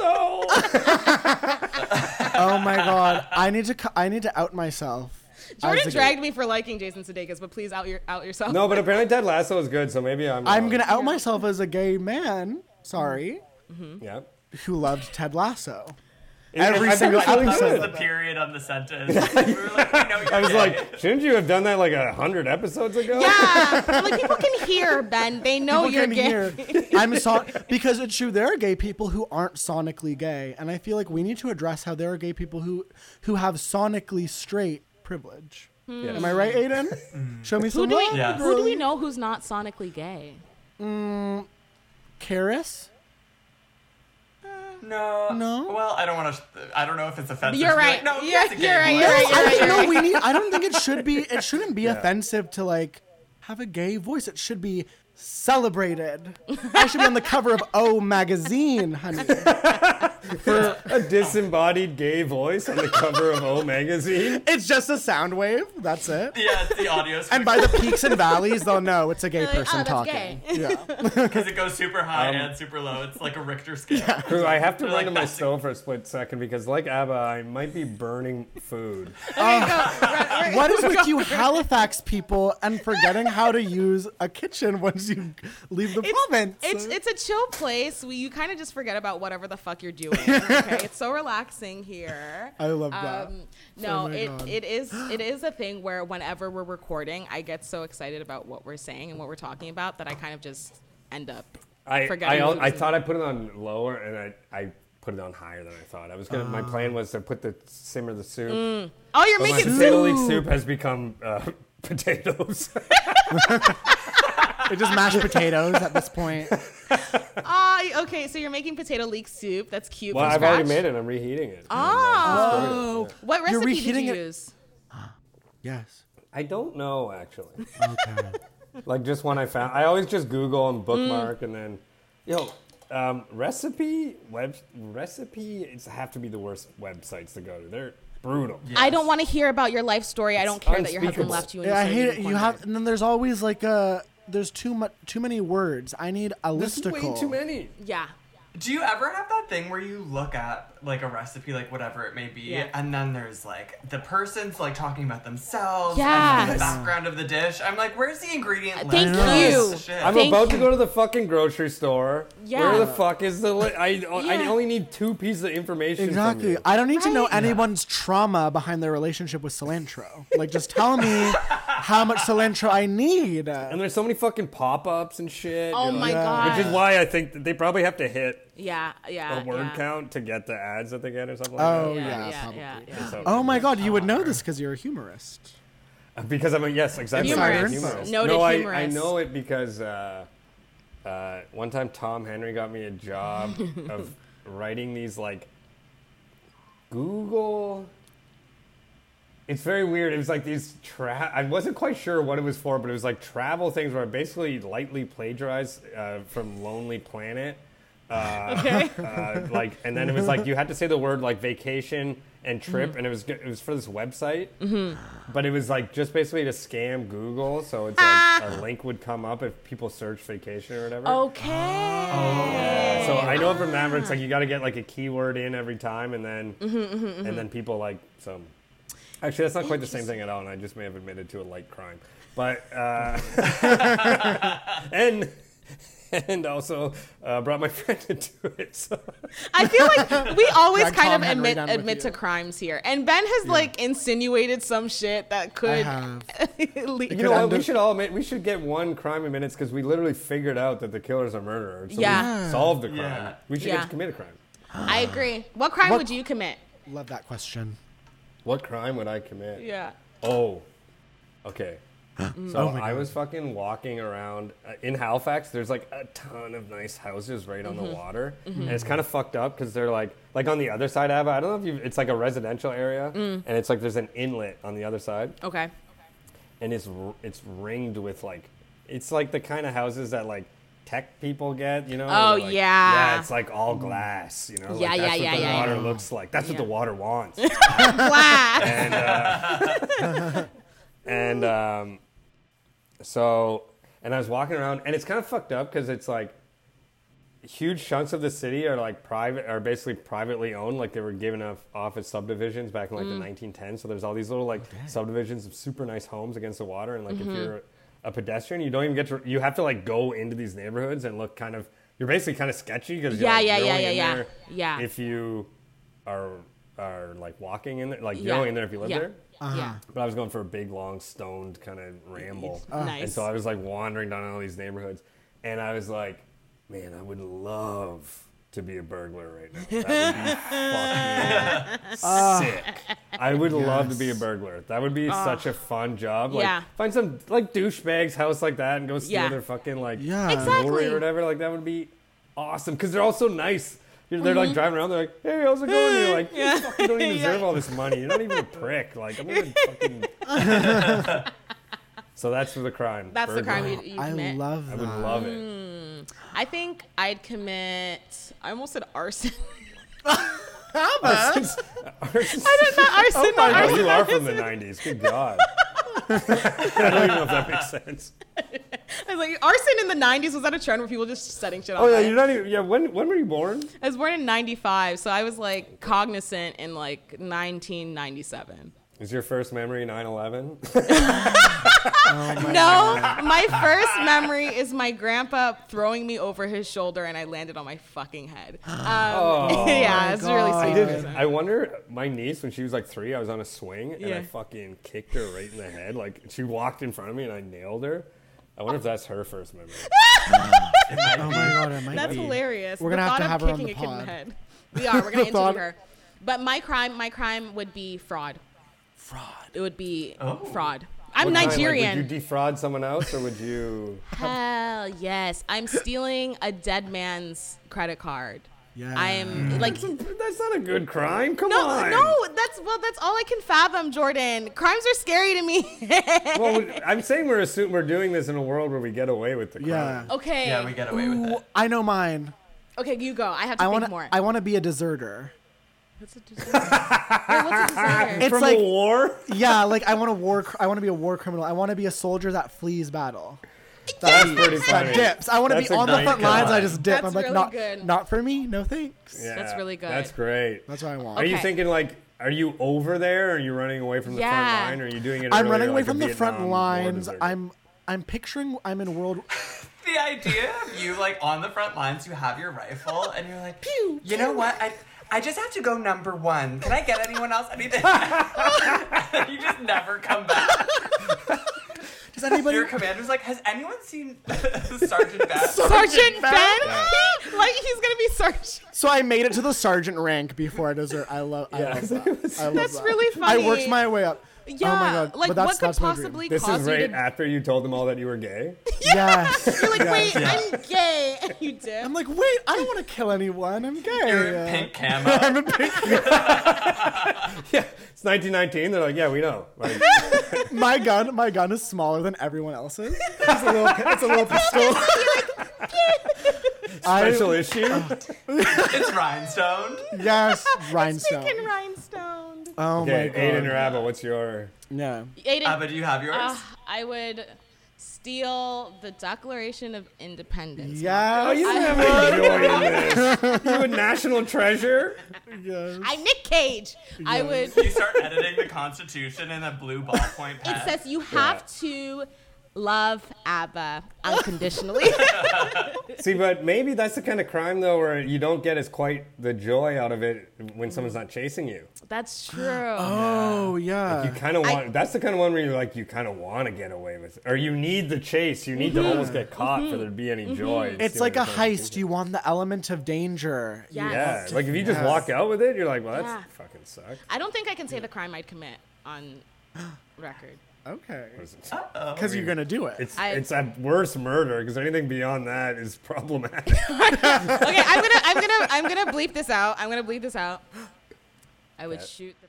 A: oh my god, I need to cu- I need to out myself.
C: Jordan
A: as a-
C: dragged me for liking Jason Sudeikis, but please out your out yourself.
E: no, but apparently Ted Lasso is good, so maybe I'm.
A: I'm
E: wrong.
A: gonna out myself as a gay man. Sorry,
E: Yeah.
A: who loved Ted Lasso.
E: And-
A: Every
E: and I've
A: single
E: been feeling
A: episode.
E: so-
D: That was the period on the sentence. We were like, we know you're
E: I was
D: gay.
E: like, shouldn't you have done that like a hundred episodes
C: [LAUGHS]
E: ago?
C: Yeah, like people [LAUGHS] can hear Ben. They know
A: People
C: Oh, you're
A: can
C: gay. [LAUGHS]
A: hear. I'm sorry because it's true. There are gay people who aren't sonically gay, and I feel like we need to address how there are gay people who who have sonically straight privilege.
E: Yes.
A: Am I right, Aiden? Show me some
C: do we-
A: love,
D: Hmm. Mm. Yeah.
C: Who do we know who's not sonically gay?
A: Karis.
D: no,
A: No?
D: Well, I don't want to. I don't know if it's offensive.
C: You're
D: to be
C: right.
D: Like, no,
C: Yeah,
D: it's a gay
C: you're right,
D: boy."
C: you're right,
A: I
C: you're
A: don't
C: right.
A: know. We need. I don't think it should be. It shouldn't be offensive to like have a gay voice. It should be celebrated. I should be on the cover of O magazine,
C: [LAUGHS]
A: honey.
E: A disembodied gay voice on the cover of
C: [LAUGHS]
E: O magazine.
A: It's just a sound wave. That's it.
D: [LAUGHS] Yeah, it's the audio.
A: And by the peaks and valleys, they'll know it's a gay
C: They're like,
A: person
C: "Oh, that's
A: talking.
C: gay."
A: Yeah.
D: because it goes super
C: Um,
D: high and super low. It's like a
C: [LAUGHS]
D: Richter scale.
E: Crew, I have to
D: They're
E: run
D: like,
E: to my
D: "That's a-
E: stove for a split second because, like ABBA, I might be burning food.
A: What is
C: [LAUGHS]
A: with you Halifax people and forgetting how to use a kitchen once you leave the province?
C: It's it's a chill place. We, you kind of just forget about whatever the fuck
A: [LAUGHS]
C: you're doing. Okay, it's so relaxing here. Um,
A: I love that.
C: no,
A: Oh my
C: it,
A: God. [GASPS]
C: it is it is a thing where whenever we're recording, I get so excited about what we're saying and what we're talking about that I kind of just end up.
E: I,
C: Forgetting
E: I, al-
C: food.
E: I thought I put it on lower and I, I put it on higher than I thought. I was gonna. My plan was to put the simmer the soup.
C: Oh, you're
E: But my
C: making
E: potato
C: soup.
E: leek soup has become uh, [LAUGHS] potatoes.
A: It's just
C: [LAUGHS]
A: mashed potatoes at this point.
C: Ah, okay, so you're making potato leek soup. That's cute.
E: well,
C: from
E: I've already
C: scratch.
E: made it. I'm reheating it.
C: Oh. What
A: You're
C: recipe did
A: reheating
C: you
A: it-
C: use?
A: Yes.
E: I don't know actually.
A: Okay.
E: [LAUGHS] like just one I found. I always just Google and bookmark, and then, yo, um, recipe web recipe. It's have to be the worst websites to go to. They're brutal.
C: I don't want to hear about your life story. I don't care that your husband
E: unspeakable.
C: left you. And
A: Yeah, I
C: you started
A: hate it.
C: eating
A: You
C: cornbread.
A: have, and then there's always like a there's too much too many words. I need a
E: There's
A: listicle.
E: way too many.
C: Yeah.
D: Do you ever have that thing where you look at like a recipe, like whatever it may be,
C: Yeah.
D: and then there's like the person's like talking about themselves and
C: Yes.
D: the background of the dish? I'm like, where's the ingredient list?
C: Thank
D: Where's
C: you.
D: the shit?
E: [LAUGHS] I'm
C: Thank
E: about to
C: you.
E: go to the fucking grocery store.
C: Yeah.
E: Where the fuck is the? Li- I I
C: [LAUGHS] Yeah.
E: only need two pieces of information. from
A: Exactly.
E: you.
A: I don't need to know
C: Right?
A: anyone's trauma behind their relationship with cilantro. Like, just tell me how much cilantro I need.
E: and there's so many fucking pop-ups and shit.
C: Oh
E: You're
C: my
E: like-
C: god.
E: Which is why I think that they probably have to hit
C: yeah, yeah.
E: a word
C: yeah.
E: count to get the ads that they get or something like
A: Oh
E: that.
A: yeah,
C: Yeah, yeah,
A: probably.
C: yeah, yeah.
E: So-
A: Oh my God, you would know this because you're a humorist.
E: Uh, Because I'm a yes, exactly.
A: Humorous.
E: Humorous.
C: Noted
E: no, I, I
C: humorous.
E: know it because uh, uh, one time Tom Henry got me a
C: [LAUGHS]
E: job of writing these like Google. It's very weird. It was like these tra. I wasn't quite sure what it was for, but it was like travel things where I basically lightly plagiarized uh, from Lonely Planet. Uh,
C: Okay.
E: [LAUGHS] uh, like, and then it was like you had to say the word like vacation and trip, and it was g- it was for this website, but it was like just basically to scam Google. So it's like a link would come up if people search vacation or whatever.
C: Okay.
E: So I know from that, where it's like you got to get like a keyword in every time, and then
C: Mm-hmm,
E: and then people like so. Actually, that's not quite the same thing at all, and I just may have admitted to a light crime, but uh, [LAUGHS] and and also uh, brought my [LAUGHS] friend into it. So.
C: I feel like we always
A: Drag
C: kind
A: Tom
C: of
A: Henry
C: admit
A: down with
C: admit
A: you.
C: to crimes here, and Ben has like insinuated some shit that could.
A: have.
C: [LAUGHS] lead-
E: You know what?
A: under-
E: We should all admit we should get one crime in minutes because we literally figured out that the killer's a murderer. So
C: Yeah.
E: we solved the crime.
D: Yeah.
E: We should
C: Yeah.
E: get to commit a crime.
C: I agree. What crime
A: What-
C: would you commit?
A: Love that question.
E: What crime would I commit?
C: Yeah.
E: Oh, okay. So
A: my
E: I was fucking walking around uh, in Halifax. There's like a ton of nice houses right
C: Mm-hmm.
E: on the water, and it's kind of fucked up because they're like like on the other side of it. I don't know if you. It's like a residential area,
C: Mm.
E: and it's like there's an inlet on the other side,
C: Okay.
E: and it's r- it's ringed with like it's like the kind of houses that like tech people get. You know?
C: Oh,
E: like-
C: yeah.
E: Yeah, it's like all glass. You know? Like,
C: Yeah, yeah,
E: that's
C: yeah,
E: What the
C: yeah,
E: water
C: yeah.
E: looks like. That's what the
C: Yeah.
E: water wants.
C: Glass.
E: and uh, and um, so and I was walking around, and it's kind of fucked up because it's like huge chunks of the city are like private are basically privately owned like they were given off, off as subdivisions back in like
C: Mm.
E: the 1910s so there's all these little like
C: Oh,
E: subdivisions of super nice homes against the water and like
C: Mm-hmm.
E: if you're a pedestrian you don't even get to you have to like go into these neighborhoods and look kind of you're basically kind of sketchy because
C: Yeah,
E: like,
C: yeah,
E: you're
C: yeah,
E: only
C: yeah,
E: in
C: yeah.
E: there
C: Yeah.
E: if you are are like walking in there like you're
C: Yeah.
E: only in there if you live
C: Yeah.
E: there
C: Yeah.
E: but I was going for a big, long, stoned kind of ramble.
C: Nice.
E: And so I was like wandering down all these neighborhoods, and I was like, man, I would love to be a burglar right now.
C: [LAUGHS]
E: That would be fucking sick. I would love to be a burglar. That would be such a fun job. Like,
C: Ah. Yeah.
E: Find some like douchebag's house like that and go steal
C: Yeah.
E: their fucking like
A: Yeah.
E: jewelry
C: Exactly.
E: or whatever. Like that would be awesome because they're all so nice. You're, they're like driving around. They're like, "Hey, how's it going?" And you're like,
C: Mm-hmm. [LAUGHS] Yeah.
E: "You fucking don't even deserve all this money. You're not even a prick. Like, I'm gonna fucking." [LAUGHS] so that's the crime.
C: That's the
E: Burglary.
C: crime you, Mm. you
A: I
C: commit.
A: love
E: I
A: that.
E: would love it.
C: I think I'd commit. I almost said arson. [LAUGHS]
E: [LAUGHS] Arson's- arson's-
C: I did not arson. not
E: Oh,
C: arson.
E: you are from the '90s. Good God. [LAUGHS] I don't even know if that makes sense.
C: I was like, arson in the '90s was that a trend where people just setting shit on
E: Oh yeah,
C: fire?
E: you're not even. Yeah, when when were you born?
C: I was born in '95, so I was like cognizant in like 1997.
E: Is your first memory 9/11?
C: No, my first memory is my grandpa throwing me over his shoulder and I landed on my
A: [GASPS]
C: fucking head. Um, [LAUGHS] yeah, it's really
A: Oh God.
C: sweet.
E: I did. I wonder. My niece, when she was like three, I was on a swing and
C: Yeah.
E: I fucking kicked her right in the head. Like she walked in front of me and I nailed her. I wonder if that's her
A: [LAUGHS]
E: first memory.
C: [LAUGHS]
A: Oh my god, it might
C: That's
A: be.
C: hilarious.
A: We're
C: the
A: gonna have
C: thought
A: to
C: of
A: have her on
C: kicking
A: the
C: a kid in the
A: pod.
C: head.
A: [LAUGHS]
C: We are. We're gonna interview
A: thought-
C: her. But my crime, my crime would be fraud.
A: Fraud.
C: It would be
D: Oh.
C: fraud. I'm
E: What kind, like,
C: Nigerian.
E: would you defraud someone else or would you?
C: Hell yes. I'm stealing a dead man's credit card.
A: Yeah.
C: I
A: Mm.
C: am like
E: [LAUGHS] that's not a good crime. Come
C: no,
E: on.
C: no. That's well. That's all I can fathom, Jordan. Crimes are scary to me. [LAUGHS]
E: Well, we- I'm saying we're assuming we're doing this in a world where we get away with the crime.
A: Yeah.
C: okay.
D: Yeah, we get away with
A: Ooh,
D: it.
A: I know mine.
C: Okay, you go. I have to
A: I
C: think
A: want to.
C: more.
A: I want to be a deserter.
C: What's a deserter? Wait, [LAUGHS] what's a deserter?
A: It's
E: From
A: like [LAUGHS]
E: a war.
A: yeah, like I want to war. cr- I want to be a war criminal. I want to be a soldier that flees battle.
E: That's pretty
A: That
E: funny.
A: dips. I want to be
E: That's a
A: on the
E: great
A: front lines. I
E: line.
A: just dip.
C: That's
A: I'm like
C: really
A: not
C: good.
A: not for me. No thanks.
E: Yeah,
C: That's really good.
E: That's great.
A: That's what I want.
E: Are you
C: Okay.
E: thinking like? Are you over there? Or are you running away from the
C: Yeah.
E: front line? Or are you doing it?
A: I'm
E: earlier,
A: running away
E: like a
A: from the front
E: Vietnam war
A: lines.
E: deserter?
A: I'm I'm picturing I'm in
E: [LAUGHS]
A: World.
D: The idea of you like on the front lines, you have your rifle, and you're like, pew. You know what? I I just have to go number one. Can I get anyone else [LAUGHS] anything? you just never come back.
A: Does anybody?
D: Your commander's like, has anyone seen [LAUGHS] Sergeant [LAUGHS] Bass?
C: Sergeant Ben? [LAUGHS] like he's gonna be Sergeant.
A: so I made it to the sergeant rank before I desert. I love. I
E: Yeah.
A: love that. I love
C: [LAUGHS] That's
A: that.
C: really
A: I
C: funny.
A: worked my way up.
C: Yeah.
A: oh my god.
C: Like
A: but that's,
C: what could
A: that's my dream.
C: possibly
E: This
C: cause
E: is
C: you
E: right
C: to?
E: after you told them all that you were gay.
A: Yes.
C: [LAUGHS] You're like, wait,
A: Yes.
C: I'm gay. [LAUGHS] And you did.
A: I'm like, wait, I don't want to kill anyone. I'm gay.
D: You're
A: Uh,
D: in [LAUGHS] pink camo.
A: I'm in pink.
E: yeah, it's 1919. They're like, yeah, we know. Like,
A: [LAUGHS] My gun, my gun is smaller than everyone else's. It's a little, it's a little pistol.
E: special
A: I,
E: issue.
D: it's [LAUGHS] rhinestone.
A: yes,
C: It's
A: rhinestone.
C: freaking rhinestone.
A: Oh
E: Okay,
A: my god.
E: Aiden or Abba, what's your?
A: yeah.
C: Aiden,
D: Abba, do you have yours?
C: uh, I would steal the Declaration of Independence.
E: Oh,
A: Yes.
E: you have a joy in this. [LAUGHS] You a national treasure.
A: yes.
C: I'm Nick Cage. I would.
D: you start editing the Constitution in a blue ballpoint [LAUGHS]
C: It
D: pen.
C: says you have to love ABBA unconditionally. [LAUGHS]
E: See, but maybe that's the kind of crime though, where you don't get as quite the joy out of it when someone's not chasing you.
C: That's true.
A: Oh
E: You
A: yeah.
E: kind of want. that's the kind of one where you're like, you kind of want to get away with, it. or you need the chase. You need to almost get caught for there to be any joy. in
A: It's
E: stealing
A: like a
E: the Constitution.
A: heist. You want the element of danger. You-
C: Yes.
E: Yeah, like if you just walk out with it, you're like, well, that's
C: Yeah.
E: fucking sucks.
C: I don't think I can say the crime I'd commit on record.
A: Okay.
D: Uh-oh.
A: Because you're gonna do it.
E: It's
C: I-
E: it's at worst murder because anything beyond that
C: [LAUGHS]
E: is problematic.
C: Okay, I'm gonna, I'm gonna, I'm gonna bleep this out. I'm gonna bleep this out. I would
E: Yeah.
C: shoot. The-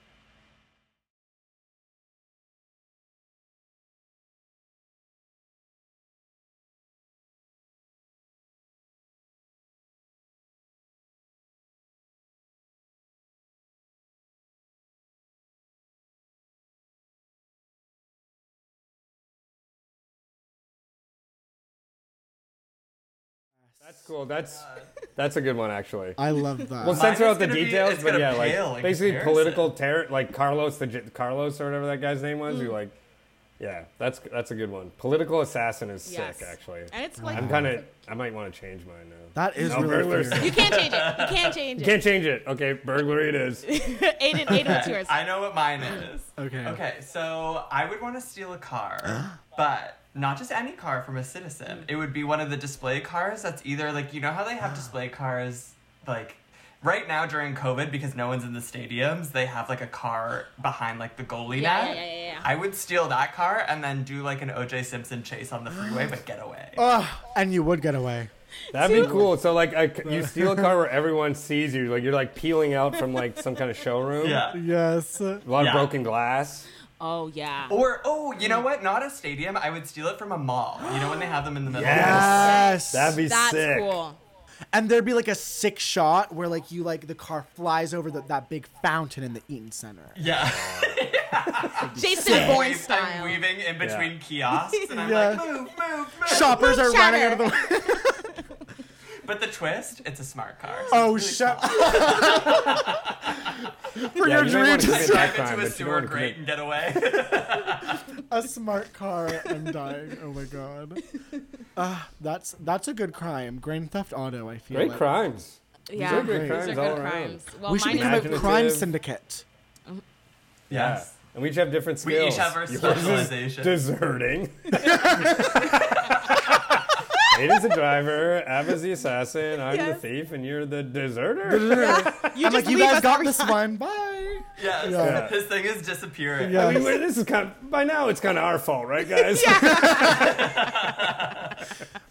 E: That's cool. That's that's a good one actually.
A: I love that.
E: We'll censor
D: is
E: out the
D: gonna be-
E: details,
D: it's
E: but
D: gonna
E: yeah,
D: pale
E: like
D: in
E: basically
D: comparison.
E: political terror, like Carlos the J- Carlos or whatever that guy's name was.
C: Mm.
E: Who like, yeah, that's that's a good one. Political assassin is
C: Yes.
E: sick actually.
C: and it's like
E: I'm kind of I might want to change mine now.
A: that is
E: No,
A: really
E: burglars.
A: weird.
C: you can't change it. You can't change
E: You
C: it.
E: can't change it. Okay, burglary it is.
C: Aiden, Aiden,
E: [LAUGHS]
C: what's yours?
D: I know what
C: [LAUGHS]
D: mine is.
A: Okay.
D: Okay, so I would want to steal a car, but not just any car from a
C: Mm.
D: citizen. It would be one of the display cars that's either like, you know how
C: [GASPS]
D: they have display cars like right now during COVID because no one's in the stadiums, they have like a car behind like the goalie
C: Yeah, yeah,
D: net.
C: yeah, yeah, yeah.
D: I would steal that car and then do like an OJ Simpson
C: [GASPS]
D: chase on the freeway but get away.
C: Oh.
A: Ugh, Ah, and you would get away.
E: That'd
C: [LAUGHS]
E: be cool. So like, I c you steal a car where everyone sees you. Like you're like peeling out from like some kind of showroom.
D: Yeah.
A: Yes.
E: A lot
D: Yeah.
E: of broken glass.
C: Oh yeah.
D: Or oh, you know what? Not a stadium. I would steal it from a mall. You know when they have them in the middle.
A: Yes.
E: That'd be
C: That's
E: sick.
C: cool.
A: and there'd be like a sick shot where like you like the car flies over the, that big fountain in the Eaton Center.
D: Yeah.
C: Jason Bourne
D: Weave- I'm
C: style.
D: weaving in between kiosks, and I'm
A: Yeah.
D: like, move, move, move.
A: Shoppers are running out of the.
D: But the twist, it's a smart car.
A: Oh shut. [LAUGHS] For your
E: Yeah, you might
A: dream
E: wanna
A: to
E: commit
A: start
E: that
D: Drive into a
E: crime, but you don't
D: sewer
E: wanna
D: grate and
E: commit-
D: get
A: [LAUGHS]
D: away.
A: a smart car. I'm dying. Oh my [LAUGHS] god. Uh, that's that's a good crime. Grand theft auto. I feel
E: Great
A: like.
E: crimes.
C: yeah.
E: These are great
C: These
E: crimes
C: are
E: all
C: good
E: around.
C: crimes. Well,
A: we should
C: mine
A: become
C: is
A: a crime
E: Imaginative.
C: [LAUGHS]
A: syndicate.
D: yes.
E: And we each have different
D: We
E: skills.
D: each have our
E: Yours is
D: specialization.
E: Deserting. Aiden's the driver, Abba's the assassin, I'm
C: Yes.
E: the thief, and you're the deserter.
C: You
A: I'm
C: just
A: like, you
C: leave
A: guys
C: us
A: got
C: every
A: this
C: time.
A: one. Bye.
D: Yes.
A: Yeah.
D: His thing is disappearing.
A: Yeah.
E: I mean, we're- this is kind of, by now it's kind of our fault, right, guys? yeah.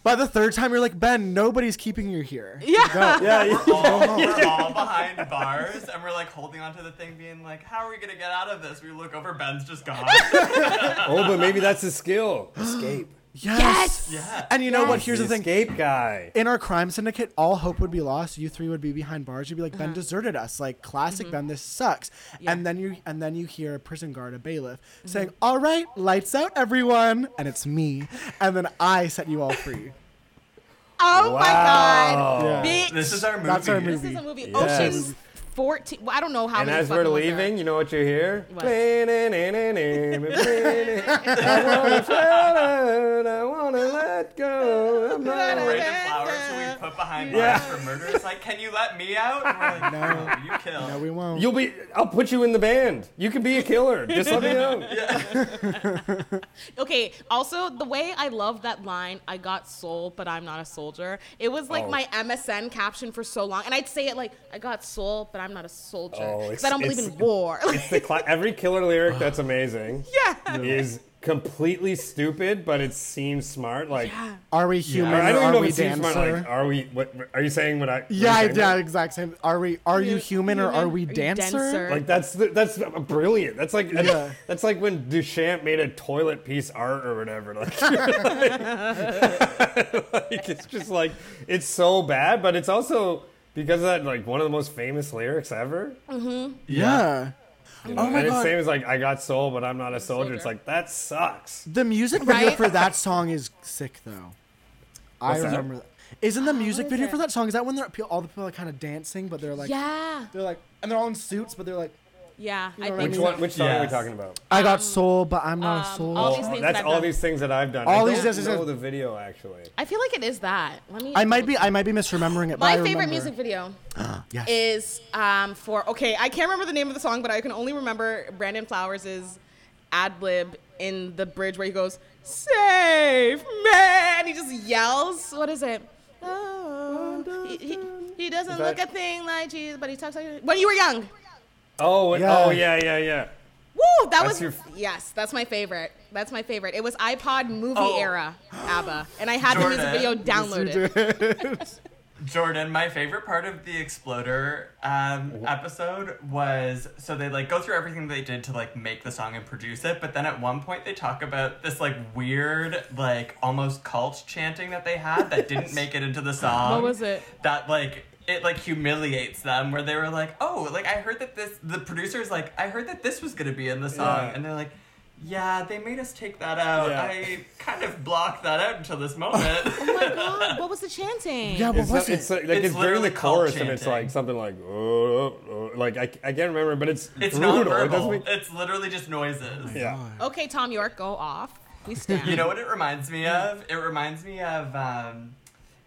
A: By the third time, you're like Ben. Nobody's keeping you here.
C: [LAUGHS] Yeah.
E: yeah.
D: We're all, we're
A: [LAUGHS]
D: all behind bars, and we're like holding onto the thing, being like, "How are we gonna get out of this?" We look over, Ben's
A: [LAUGHS]
D: just gone.
E: Oh, but maybe that's his skill. Escape.
A: Yes.
C: Yes.
D: yeah.
A: And you know what? Here's
E: the
A: the thing.
E: escape guy.
A: in our crime syndicate, all hope would be lost. You three would be behind bars. You'd be like, Ben deserted us. Like classic Ben, this sucks. And then you and then you hear a prison guard, a bailiff, saying, All right, lights out everyone and it's me. And then I set you all free.
C: Oh my God.
E: Wow.
C: Big.
D: This is our movie.
A: That's our movie.
C: This is a movie. Oh,
E: Yes.
C: Ocean's 14. Well, I don't know how
E: And
C: many.
E: as
C: fucking
E: we're
C: ones there are.
E: leaving, you know what you hear?
C: What?
E: I wanna try it, I wanna let go. I'm not
D: Brandon Flowers, who we put behind bars
E: Yeah.
D: for murder, is like, "Can you let me out?" And we're like, "No, you kill."
A: [LAUGHS] No, we won't.
E: You'll be. I'll put you in the band. You can be a killer. Just let me know.
C: Okay. Also, the way I love that line, "I got soul, but I'm not a soldier." It was like
E: Oh.
C: my MSN caption for so long, and I'd say it like, "I got soul, but I'm not a soldier,"
E: Oh,
C: because
E: it's-
C: I don't believe
E: it's-
C: in war. [LAUGHS]
E: It's the cla- every killer lyric that's amazing
C: yeah.
E: is completely stupid, but it seems smart. Like
A: Are we human?
E: I don't
A: or
E: even
A: are
E: know if
A: we
E: it seems
A: dancer?
E: smart. Like, are we? What are you saying? What I? what
A: yeah,
E: I'm
A: I-
E: saying?
A: yeah, exact same. Are we are you human or are we
C: you
A: dancer?
E: Like that's the, that's brilliant. That's like that's,
A: Yeah.
E: that's like when Duchamp made a toilet piece art or whatever. Like, [LAUGHS] like, it's just like it's so bad, but it's also because of that like one of the most famous lyrics ever.
A: Yeah. Oh my
E: and it's
A: god.
E: same as like I got soul, but I'm not a soldier. It's
C: soldier.
E: like that sucks.
A: The music video
C: Right?
A: for that song is sick, though. I
E: What's that?
A: remember that. Isn't the music
C: Oh, is
A: video
C: it?
A: for that song? Is that when they're all the people are kind of dancing, but they're like,
C: yeah.
A: they're like, and they're all in suits, but they're like,
C: Yeah. I
A: what I
C: think
E: Which
A: mean?
C: so.
E: one? Which song are we
D: Yes.
E: talking about?
A: I
C: Um,
A: got soul, but I'm not a soul.
C: all these things
E: that's
C: that I've
E: all
C: done.
E: these things that I've done.
A: All
E: I
A: these-
E: don't
A: this
E: know
A: isn't-
E: the video actually.
C: I feel like it is that. Let me.
A: I might be, I might be misremembering it.
C: My
A: but I
C: favorite
A: remember.
C: music video
A: [GASPS] yes.
C: is um, for okay. I can't remember the name of the song, but I can only remember Brandon Flowers' ad lib in the bridge where he goes "Save me" and he just yells. What is it? Oh, he, he, he doesn't
E: that-
C: look a thing like Jesus, but he talks like when you were young.
E: Oh,
A: Yeah.
E: oh yeah, yeah, yeah.
C: Woo! Ooh, that
E: That's
C: was
E: your-
C: yes, that's my favorite. That's my favorite. It was iPod movie
D: Oh.
C: era ABBA, and I had the music
D: Jordan.
C: video downloaded.
D: Jordan, my favorite part of the Exploder um, episode was so they like go through everything they did to like make the song and produce it, but then at one point they talk about this like weird, like almost cult chanting that they had that
E: [LAUGHS]
D: didn't make it into the song.
C: What was it?
D: That like it like humiliates them where they were like, Oh, like I heard that this the producer's like, I heard that this was gonna be in the song
E: Yeah.
D: and they're like yeah, they made us take that out.
E: Yeah.
D: I kind of blocked that out until this moment.
E: [LAUGHS]
C: Oh my god, what was the chanting?
A: Yeah, what
E: It's,
A: was
E: not,
A: it?
E: it's like,
D: It's
E: it's during
D: literally
E: the chorus
D: called
E: and it's
D: chanting.
E: like something like oh, oh, like I, I can't remember, but it's,
D: It's
E: brutal.
D: not
E: It doesn't
D: verbal.
E: make, Oh
D: it's literally just noises.
A: Oh.
E: yeah.
C: Okay, Tom York, go off. We stand.
D: [LAUGHS] You know what it reminds me of? It reminds me of um,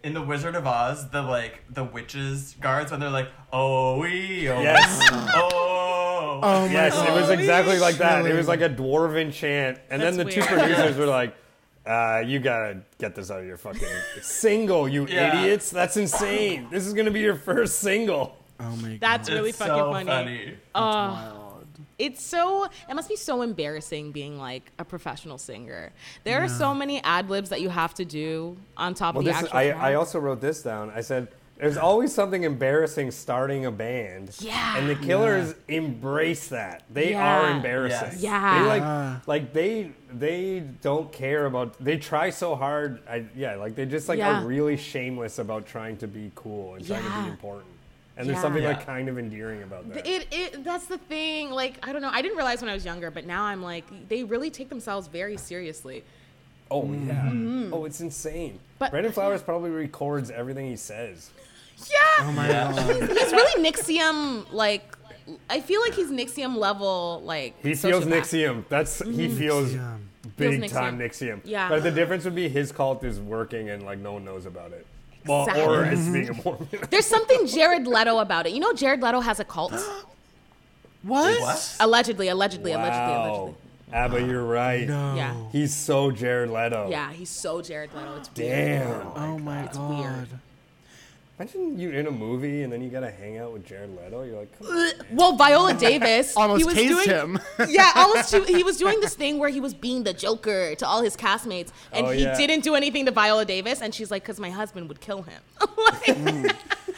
D: in the Wizard of Oz, the like the witches guards when they're like, oh we oh
E: Yes.
D: oh.
A: Oh my
E: Yes, it was
A: God.
E: exactly like that. It
A: Chilling.
E: was like a dwarven chant, and then the
C: That's
E: two
C: weird. [LAUGHS]
E: producers were like, uh, "You gotta get this out of your fucking single, you
D: Yeah.
E: idiots! That's insane. This is gonna be your first single."
A: Oh my god.
C: That's really
D: It's
C: fucking
D: so
C: funny.
D: funny.
E: Oh.
A: wild.
C: It's so it must be so embarrassing being like a professional singer. There are so many ad libs that you have to do on top
E: Well,
C: of the
E: this
C: actual.
E: I,
C: song.
E: I also wrote this down. I said, "There's always something embarrassing starting a band."
C: Yeah.
E: And the Killers embrace that. They
C: Yeah.
E: are embarrassing.
D: Yes.
C: Yeah.
E: They like
A: Yeah.
E: like they they don't care about. They try so hard. I, yeah. Like they just like
C: Yeah.
E: are really shameless about trying to be cool and trying to
C: Yeah.
E: be important. And there's
C: Yeah.
E: something
D: Yeah.
E: like kind of endearing about that.
C: It, it that's the thing. Like I don't know. I didn't realize when I was younger, but now I'm like they really take themselves very seriously.
E: oh yeah. Oh, it's insane.
C: Mm-hmm. But-
E: Brandon Flowers probably records everything he says.
C: Yeah,
A: Oh my god.
C: he's really Nixium. Like I feel like he's Nixium level. Like
E: He feels
C: sociopath.
E: Nixium. That's he
C: Mm-hmm.
E: feels
A: Nixium.
E: big
C: Feels
E: time
C: Nixium.
E: Nixium.
C: Yeah.
E: But the difference would be his cult is working and like no one knows about it. Well, or
C: Exactly.
E: it's
A: Mm-hmm.
E: being a Mormon. [LAUGHS]
C: There's something Jared Leto about it. You know, Jared Leto has a
E: [GASPS]
C: cult.
A: What?
E: [LAUGHS]
D: What?
C: Allegedly, allegedly, allegedly,
E: wow.
C: allegedly.
E: Abba, you're right.
A: No.
C: Yeah.
E: He's so Jared Leto.
C: Yeah, he's so Jared Leto. It's weird.
E: Damn.
A: Oh my god.
C: weird.
E: Imagine you in a movie and then you gotta hang out with Jared Leto. You're like, come on.
C: Well, Viola Davis
A: Almost
C: he was
A: tased
C: doing,
A: him.
C: [LAUGHS] yeah, almost. Too, he was doing this thing where he was being the Joker to all his castmates, and
E: Oh,
C: he
E: yeah.
C: didn't do anything to Viola Davis, and she's like, "Cause my husband would kill him." [LAUGHS]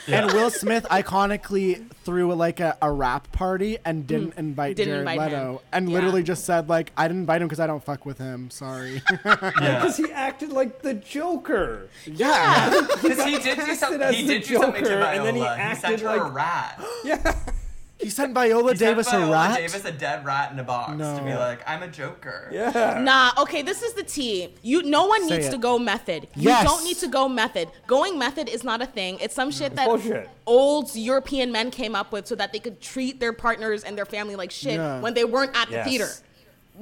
C: Like,
A: And Will Smith iconically threw like a, a rap party and didn't invite
C: Hmm. Didn't
A: Jared
C: invite
A: Leto
C: him.
A: and
C: Yeah.
A: literally just said like I didn't invite him because I don't fuck with him. Sorry.
D: Yeah.
E: Because he acted like the Joker.
A: yeah.
D: Because he did do
E: casted
D: something.
E: as
D: He
E: the
D: did do something to
E: Joker,
D: Viola.
E: and then he
D: sent
E: acted
D: her a
E: like- [GASPS]
D: rat.
E: Yeah.
A: He sent Viola
D: He sent
A: Davis
D: Viola
A: a rat.
D: Davis a dead rat in a box to be
A: No.
D: like, I'm a Joker.
E: Yeah.
C: nah, okay, this is the tea. You, no one
A: Say
C: needs
A: it.
C: to go method. You
A: Yes.
C: don't need to go method. Going method is not a thing. It's some shit that
E: bullshit.
C: old European men came up with so that they could treat their partners and their family like shit
A: Yeah.
C: when they weren't at
E: Yes.
C: the theater.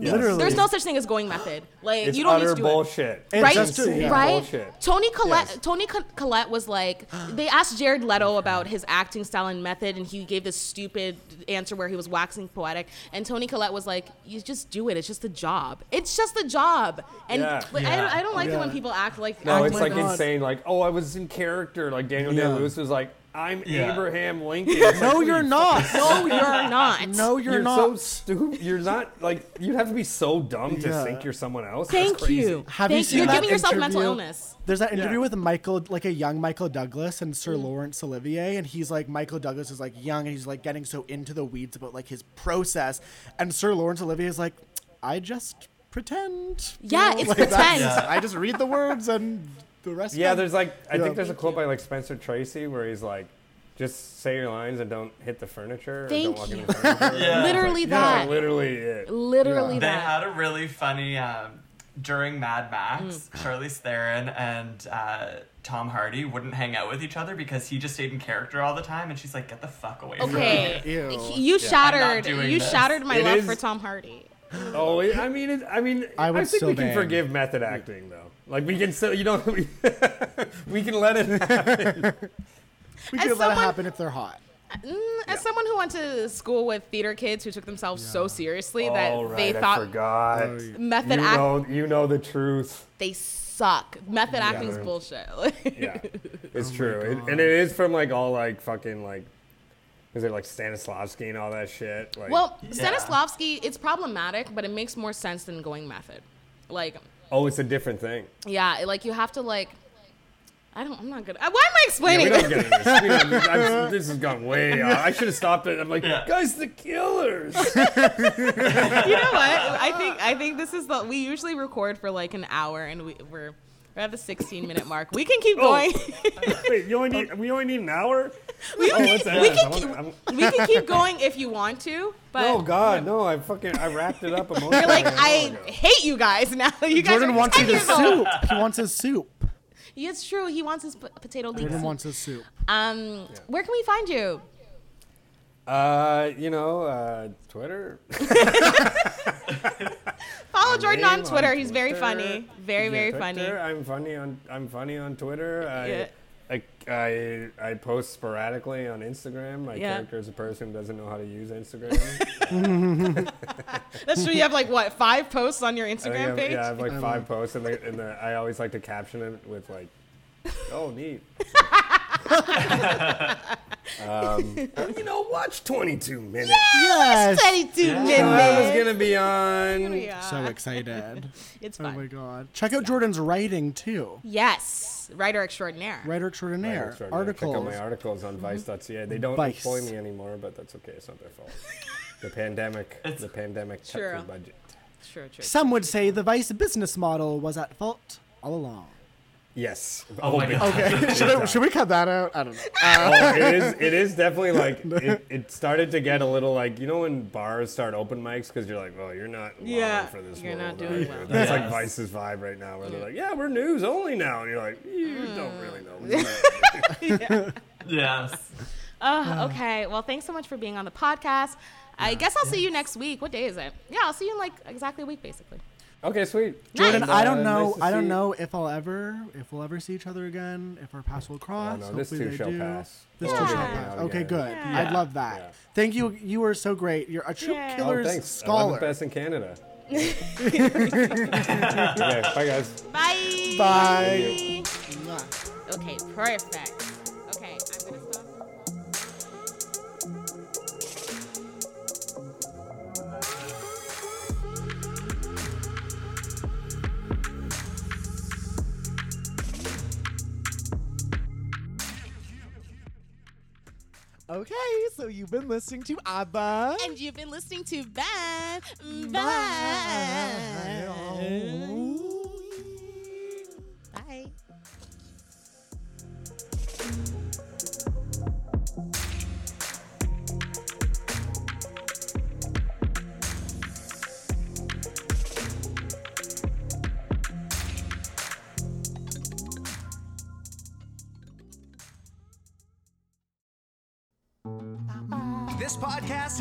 E: Yes.
A: Literally.
C: There's no such thing as going method. Like
E: It's
C: you don't need
E: utter
C: to do it.
E: bullshit.
A: It's
C: right?
A: just
E: insane.
C: right?
E: Bullshit.
C: Tony Collette.
E: Yes.
C: Tony Co- Collette was like, they asked Jared Leto about his acting style and method, and he gave this stupid answer where he was waxing poetic. And Tony Collette was like, "You just do it. It's just a job. It's just a job." And
E: Yeah.
C: like, I, don't, I don't like it when
A: Yeah.
C: people act like
E: No,
C: act
E: it's
A: Oh my
E: like
A: God.
E: insane. Like, oh, I was in character. Like Daniel
A: Yeah.
E: Day Lewis was like, I'm
D: Yeah.
A: [LAUGHS]
E: Abraham Lincoln. It's like,
A: No,
E: what
A: you're
E: you
A: not.
C: no, you're not.
A: No, you're,
E: You're, so
A: not.
E: stupid. You're not like you'd have to be so dumb to
A: Yeah.
E: think you're someone else. That's
C: Thank
E: crazy.
C: you.
A: Have
C: Thank
A: you seen
C: You're
A: that
C: giving yourself mental
A: interview-
C: illness.
A: There's that interview
E: Yeah.
A: with Michael, like a young Michael Douglas and
C: Mm.
A: Sir Lawrence Olivier, and he's like Michael Douglas is like young and he's like getting so into the weeds about like his process, and Sir Lawrence Olivier is like, I just pretend. you
C: Yeah,
A: know,
C: it's
A: like,
C: pretend.
A: that's- I just read the words and the rest.
E: Yeah,
A: comes."
E: there's like I
A: Yeah.
E: think there's a quote by like Spencer Tracy where he's like, just say your lines and don't hit the furniture. or
C: Thank
E: don't walk
C: you.
E: Into the furniture.
D: Yeah.
C: Literally
E: That's
C: that.
E: literally it.
C: Literally
D: They
C: that.
D: had a really funny um, during Mad Max. Charlize Theron and uh, Tom Hardy wouldn't hang out with each other because he just stayed in character all the time, and she's like, "Get the fuck away from me."
C: Okay,
A: Ew.
C: He- you shattered.
D: doing
C: You
D: this.
C: shattered my
E: It
C: love
E: is-
C: for Tom Hardy.
E: Oh, it, I mean, it, I mean,
A: I
E: I,
A: would
E: think
A: still
E: we can
A: ban.
E: forgive method acting though. Like we can still, you know, [LAUGHS] we, we can let it.
A: we
C: as
A: can let it
C: someone-
A: happen if they're hot.
C: Mm, As someone who went to school with theater kids who took themselves so seriously [LAUGHS] that
E: All right,
C: they
E: I
C: thought
E: forgot.
A: Oh,
C: method
E: you
C: act
E: know, you know the truth.
C: they suck. Method acting's bullshit. [LAUGHS]
E: Yeah, it's true, It- and it is from like all like fucking like Is it like Stanislavski and all that shit? Like,
C: Well,
D: Yeah.
C: Stanislavski, it's problematic, but it makes more sense than going method. Like,
E: oh, it's a different thing.
C: yeah, it- like you have to like. I don't. I'm not good. Why am I explaining
E: We
C: this?
E: don't get into this. We don't,
C: [LAUGHS]
E: I've- this has gone way off. I should have stopped it. I'm like, guys,
C: [LAUGHS]
E: the killers.
C: You know what?
E: [LAUGHS]
C: I think I think this is the. We usually record for like an hour, and we, we're we're at the 16 minute mark. We can
E: Oh.
C: keep going. [LAUGHS]
E: Wait, you only need, we only need an hour?
C: we, can,
E: Oh, what's that?
C: we,
E: I
C: can,
E: want-
C: keep- [LAUGHS]
E: I want-
C: we can keep going if you want to, but
E: Oh God, no! I fucking I wrapped it up emotionally.
C: you're like
E: an hour
C: I
E: ago.
C: hate you guys [LAUGHS] now. You guys
A: Jordan
C: are
A: wants his
C: 10 years old.
A: soup. He wants his soup.
C: Yeah, It's true. He wants his p- potato leeks.
A: Jordan wants his soup.
C: Um, where can we find you?
E: Uh, you know, uh, Twitter.
C: Follow Jordan on
E: name
C: Twitter. He's very
E: Twitter.
C: funny. Very,
E: Yeah,
C: very
E: Twitter.
C: funny.
E: [LAUGHS] I'm funny on I'm funny on Twitter. I,
C: Yeah.
E: I, I I post sporadically on Instagram. My
C: Yeah.
E: character is a person who doesn't know how to
C: [LAUGHS]
E: use Instagram.
C: That's true. You have like what five posts on your
E: I think
C: Instagram
E: I've-
C: page.
E: Yeah, I have like five posts, and, the, and the, I always like to caption it with like, "Oh,
C: [LAUGHS]
E: neat." um, you know, watch 22 minutes.
A: Yes.
B: Twenty-two
E: I was
B: minutes.
E: gonna be on.
C: Yeah.
A: So excited.
C: it's
A: Oh
C: fun.
A: my god. Check out Jordan's writing too.
C: yes, writer extraordinaire.
A: Writer
E: Right,
A: extraordinaire.
E: that's right, yeah. Check out
A: Articles. Mm-hmm.
E: my articles on Vice.ca. They don't
A: Vice.
E: employ me anymore, but that's okay. It's not
A: [LAUGHS]
E: their fault. The pandemic. the pandemic cut
C: True.
E: the budget.
C: Sure, true.
A: Some would say the Vice business model was at fault all along. [LAUGHS]
E: Yes.
D: Oh my God.
A: Okay. should, I, should we cut that out? I don't know.
E: Oh, it is. It is definitely like it, it started to get a little like you know when bars start open mics because you're like, well, you're not long
C: Yeah,
E: for this
C: you're
E: world,
C: not
E: are
C: doing
E: you?"
C: well.
E: That's like
D: Yes.
E: Vice's vibe right now, where they're like, yeah, we're news only now, and you're like, you
C: Mm.
E: don't really know.
A: [LAUGHS]
E: what you're doing."
D: Yes.
E: Ah.
C: Uh, okay. Well, thanks so much for being on the podcast. I guess I'll see you next week. What day is it? Yeah, I'll see you in like exactly a week, basically.
E: okay, sweet.
A: [LAUGHS] Jordan,
E: Nice.
A: I don't
E: Uh,
A: know.
E: nice to
A: I
E: see
A: don't
E: you.
A: know if I'll ever, if we'll ever see each other again, if our paths will cross.
E: Oh, no, this
A: Hopefully
E: too
A: they
E: shall
A: do.
E: pass.
A: This
E: We'll
A: too
E: be
A: shall
E: hanging
A: pass.
E: out
A: Okay,
E: again.
A: good.
C: Yeah.
A: I'd love that.
E: Yeah.
A: Thank you. You were so great. You're a true
C: Yeah. Oh,
A: killer's
E: thanks.
A: scholar.
E: I best in Canada. okay, bye guys.
C: Bye.
A: Bye. Mwah.
C: Okay. Perfect. Okay. I'm gonna stop.
A: Okay, so you've been listening to ABBA.
B: And you've been listening to Bad. Bye.
A: Bye.
B: Bye.
F: This podcast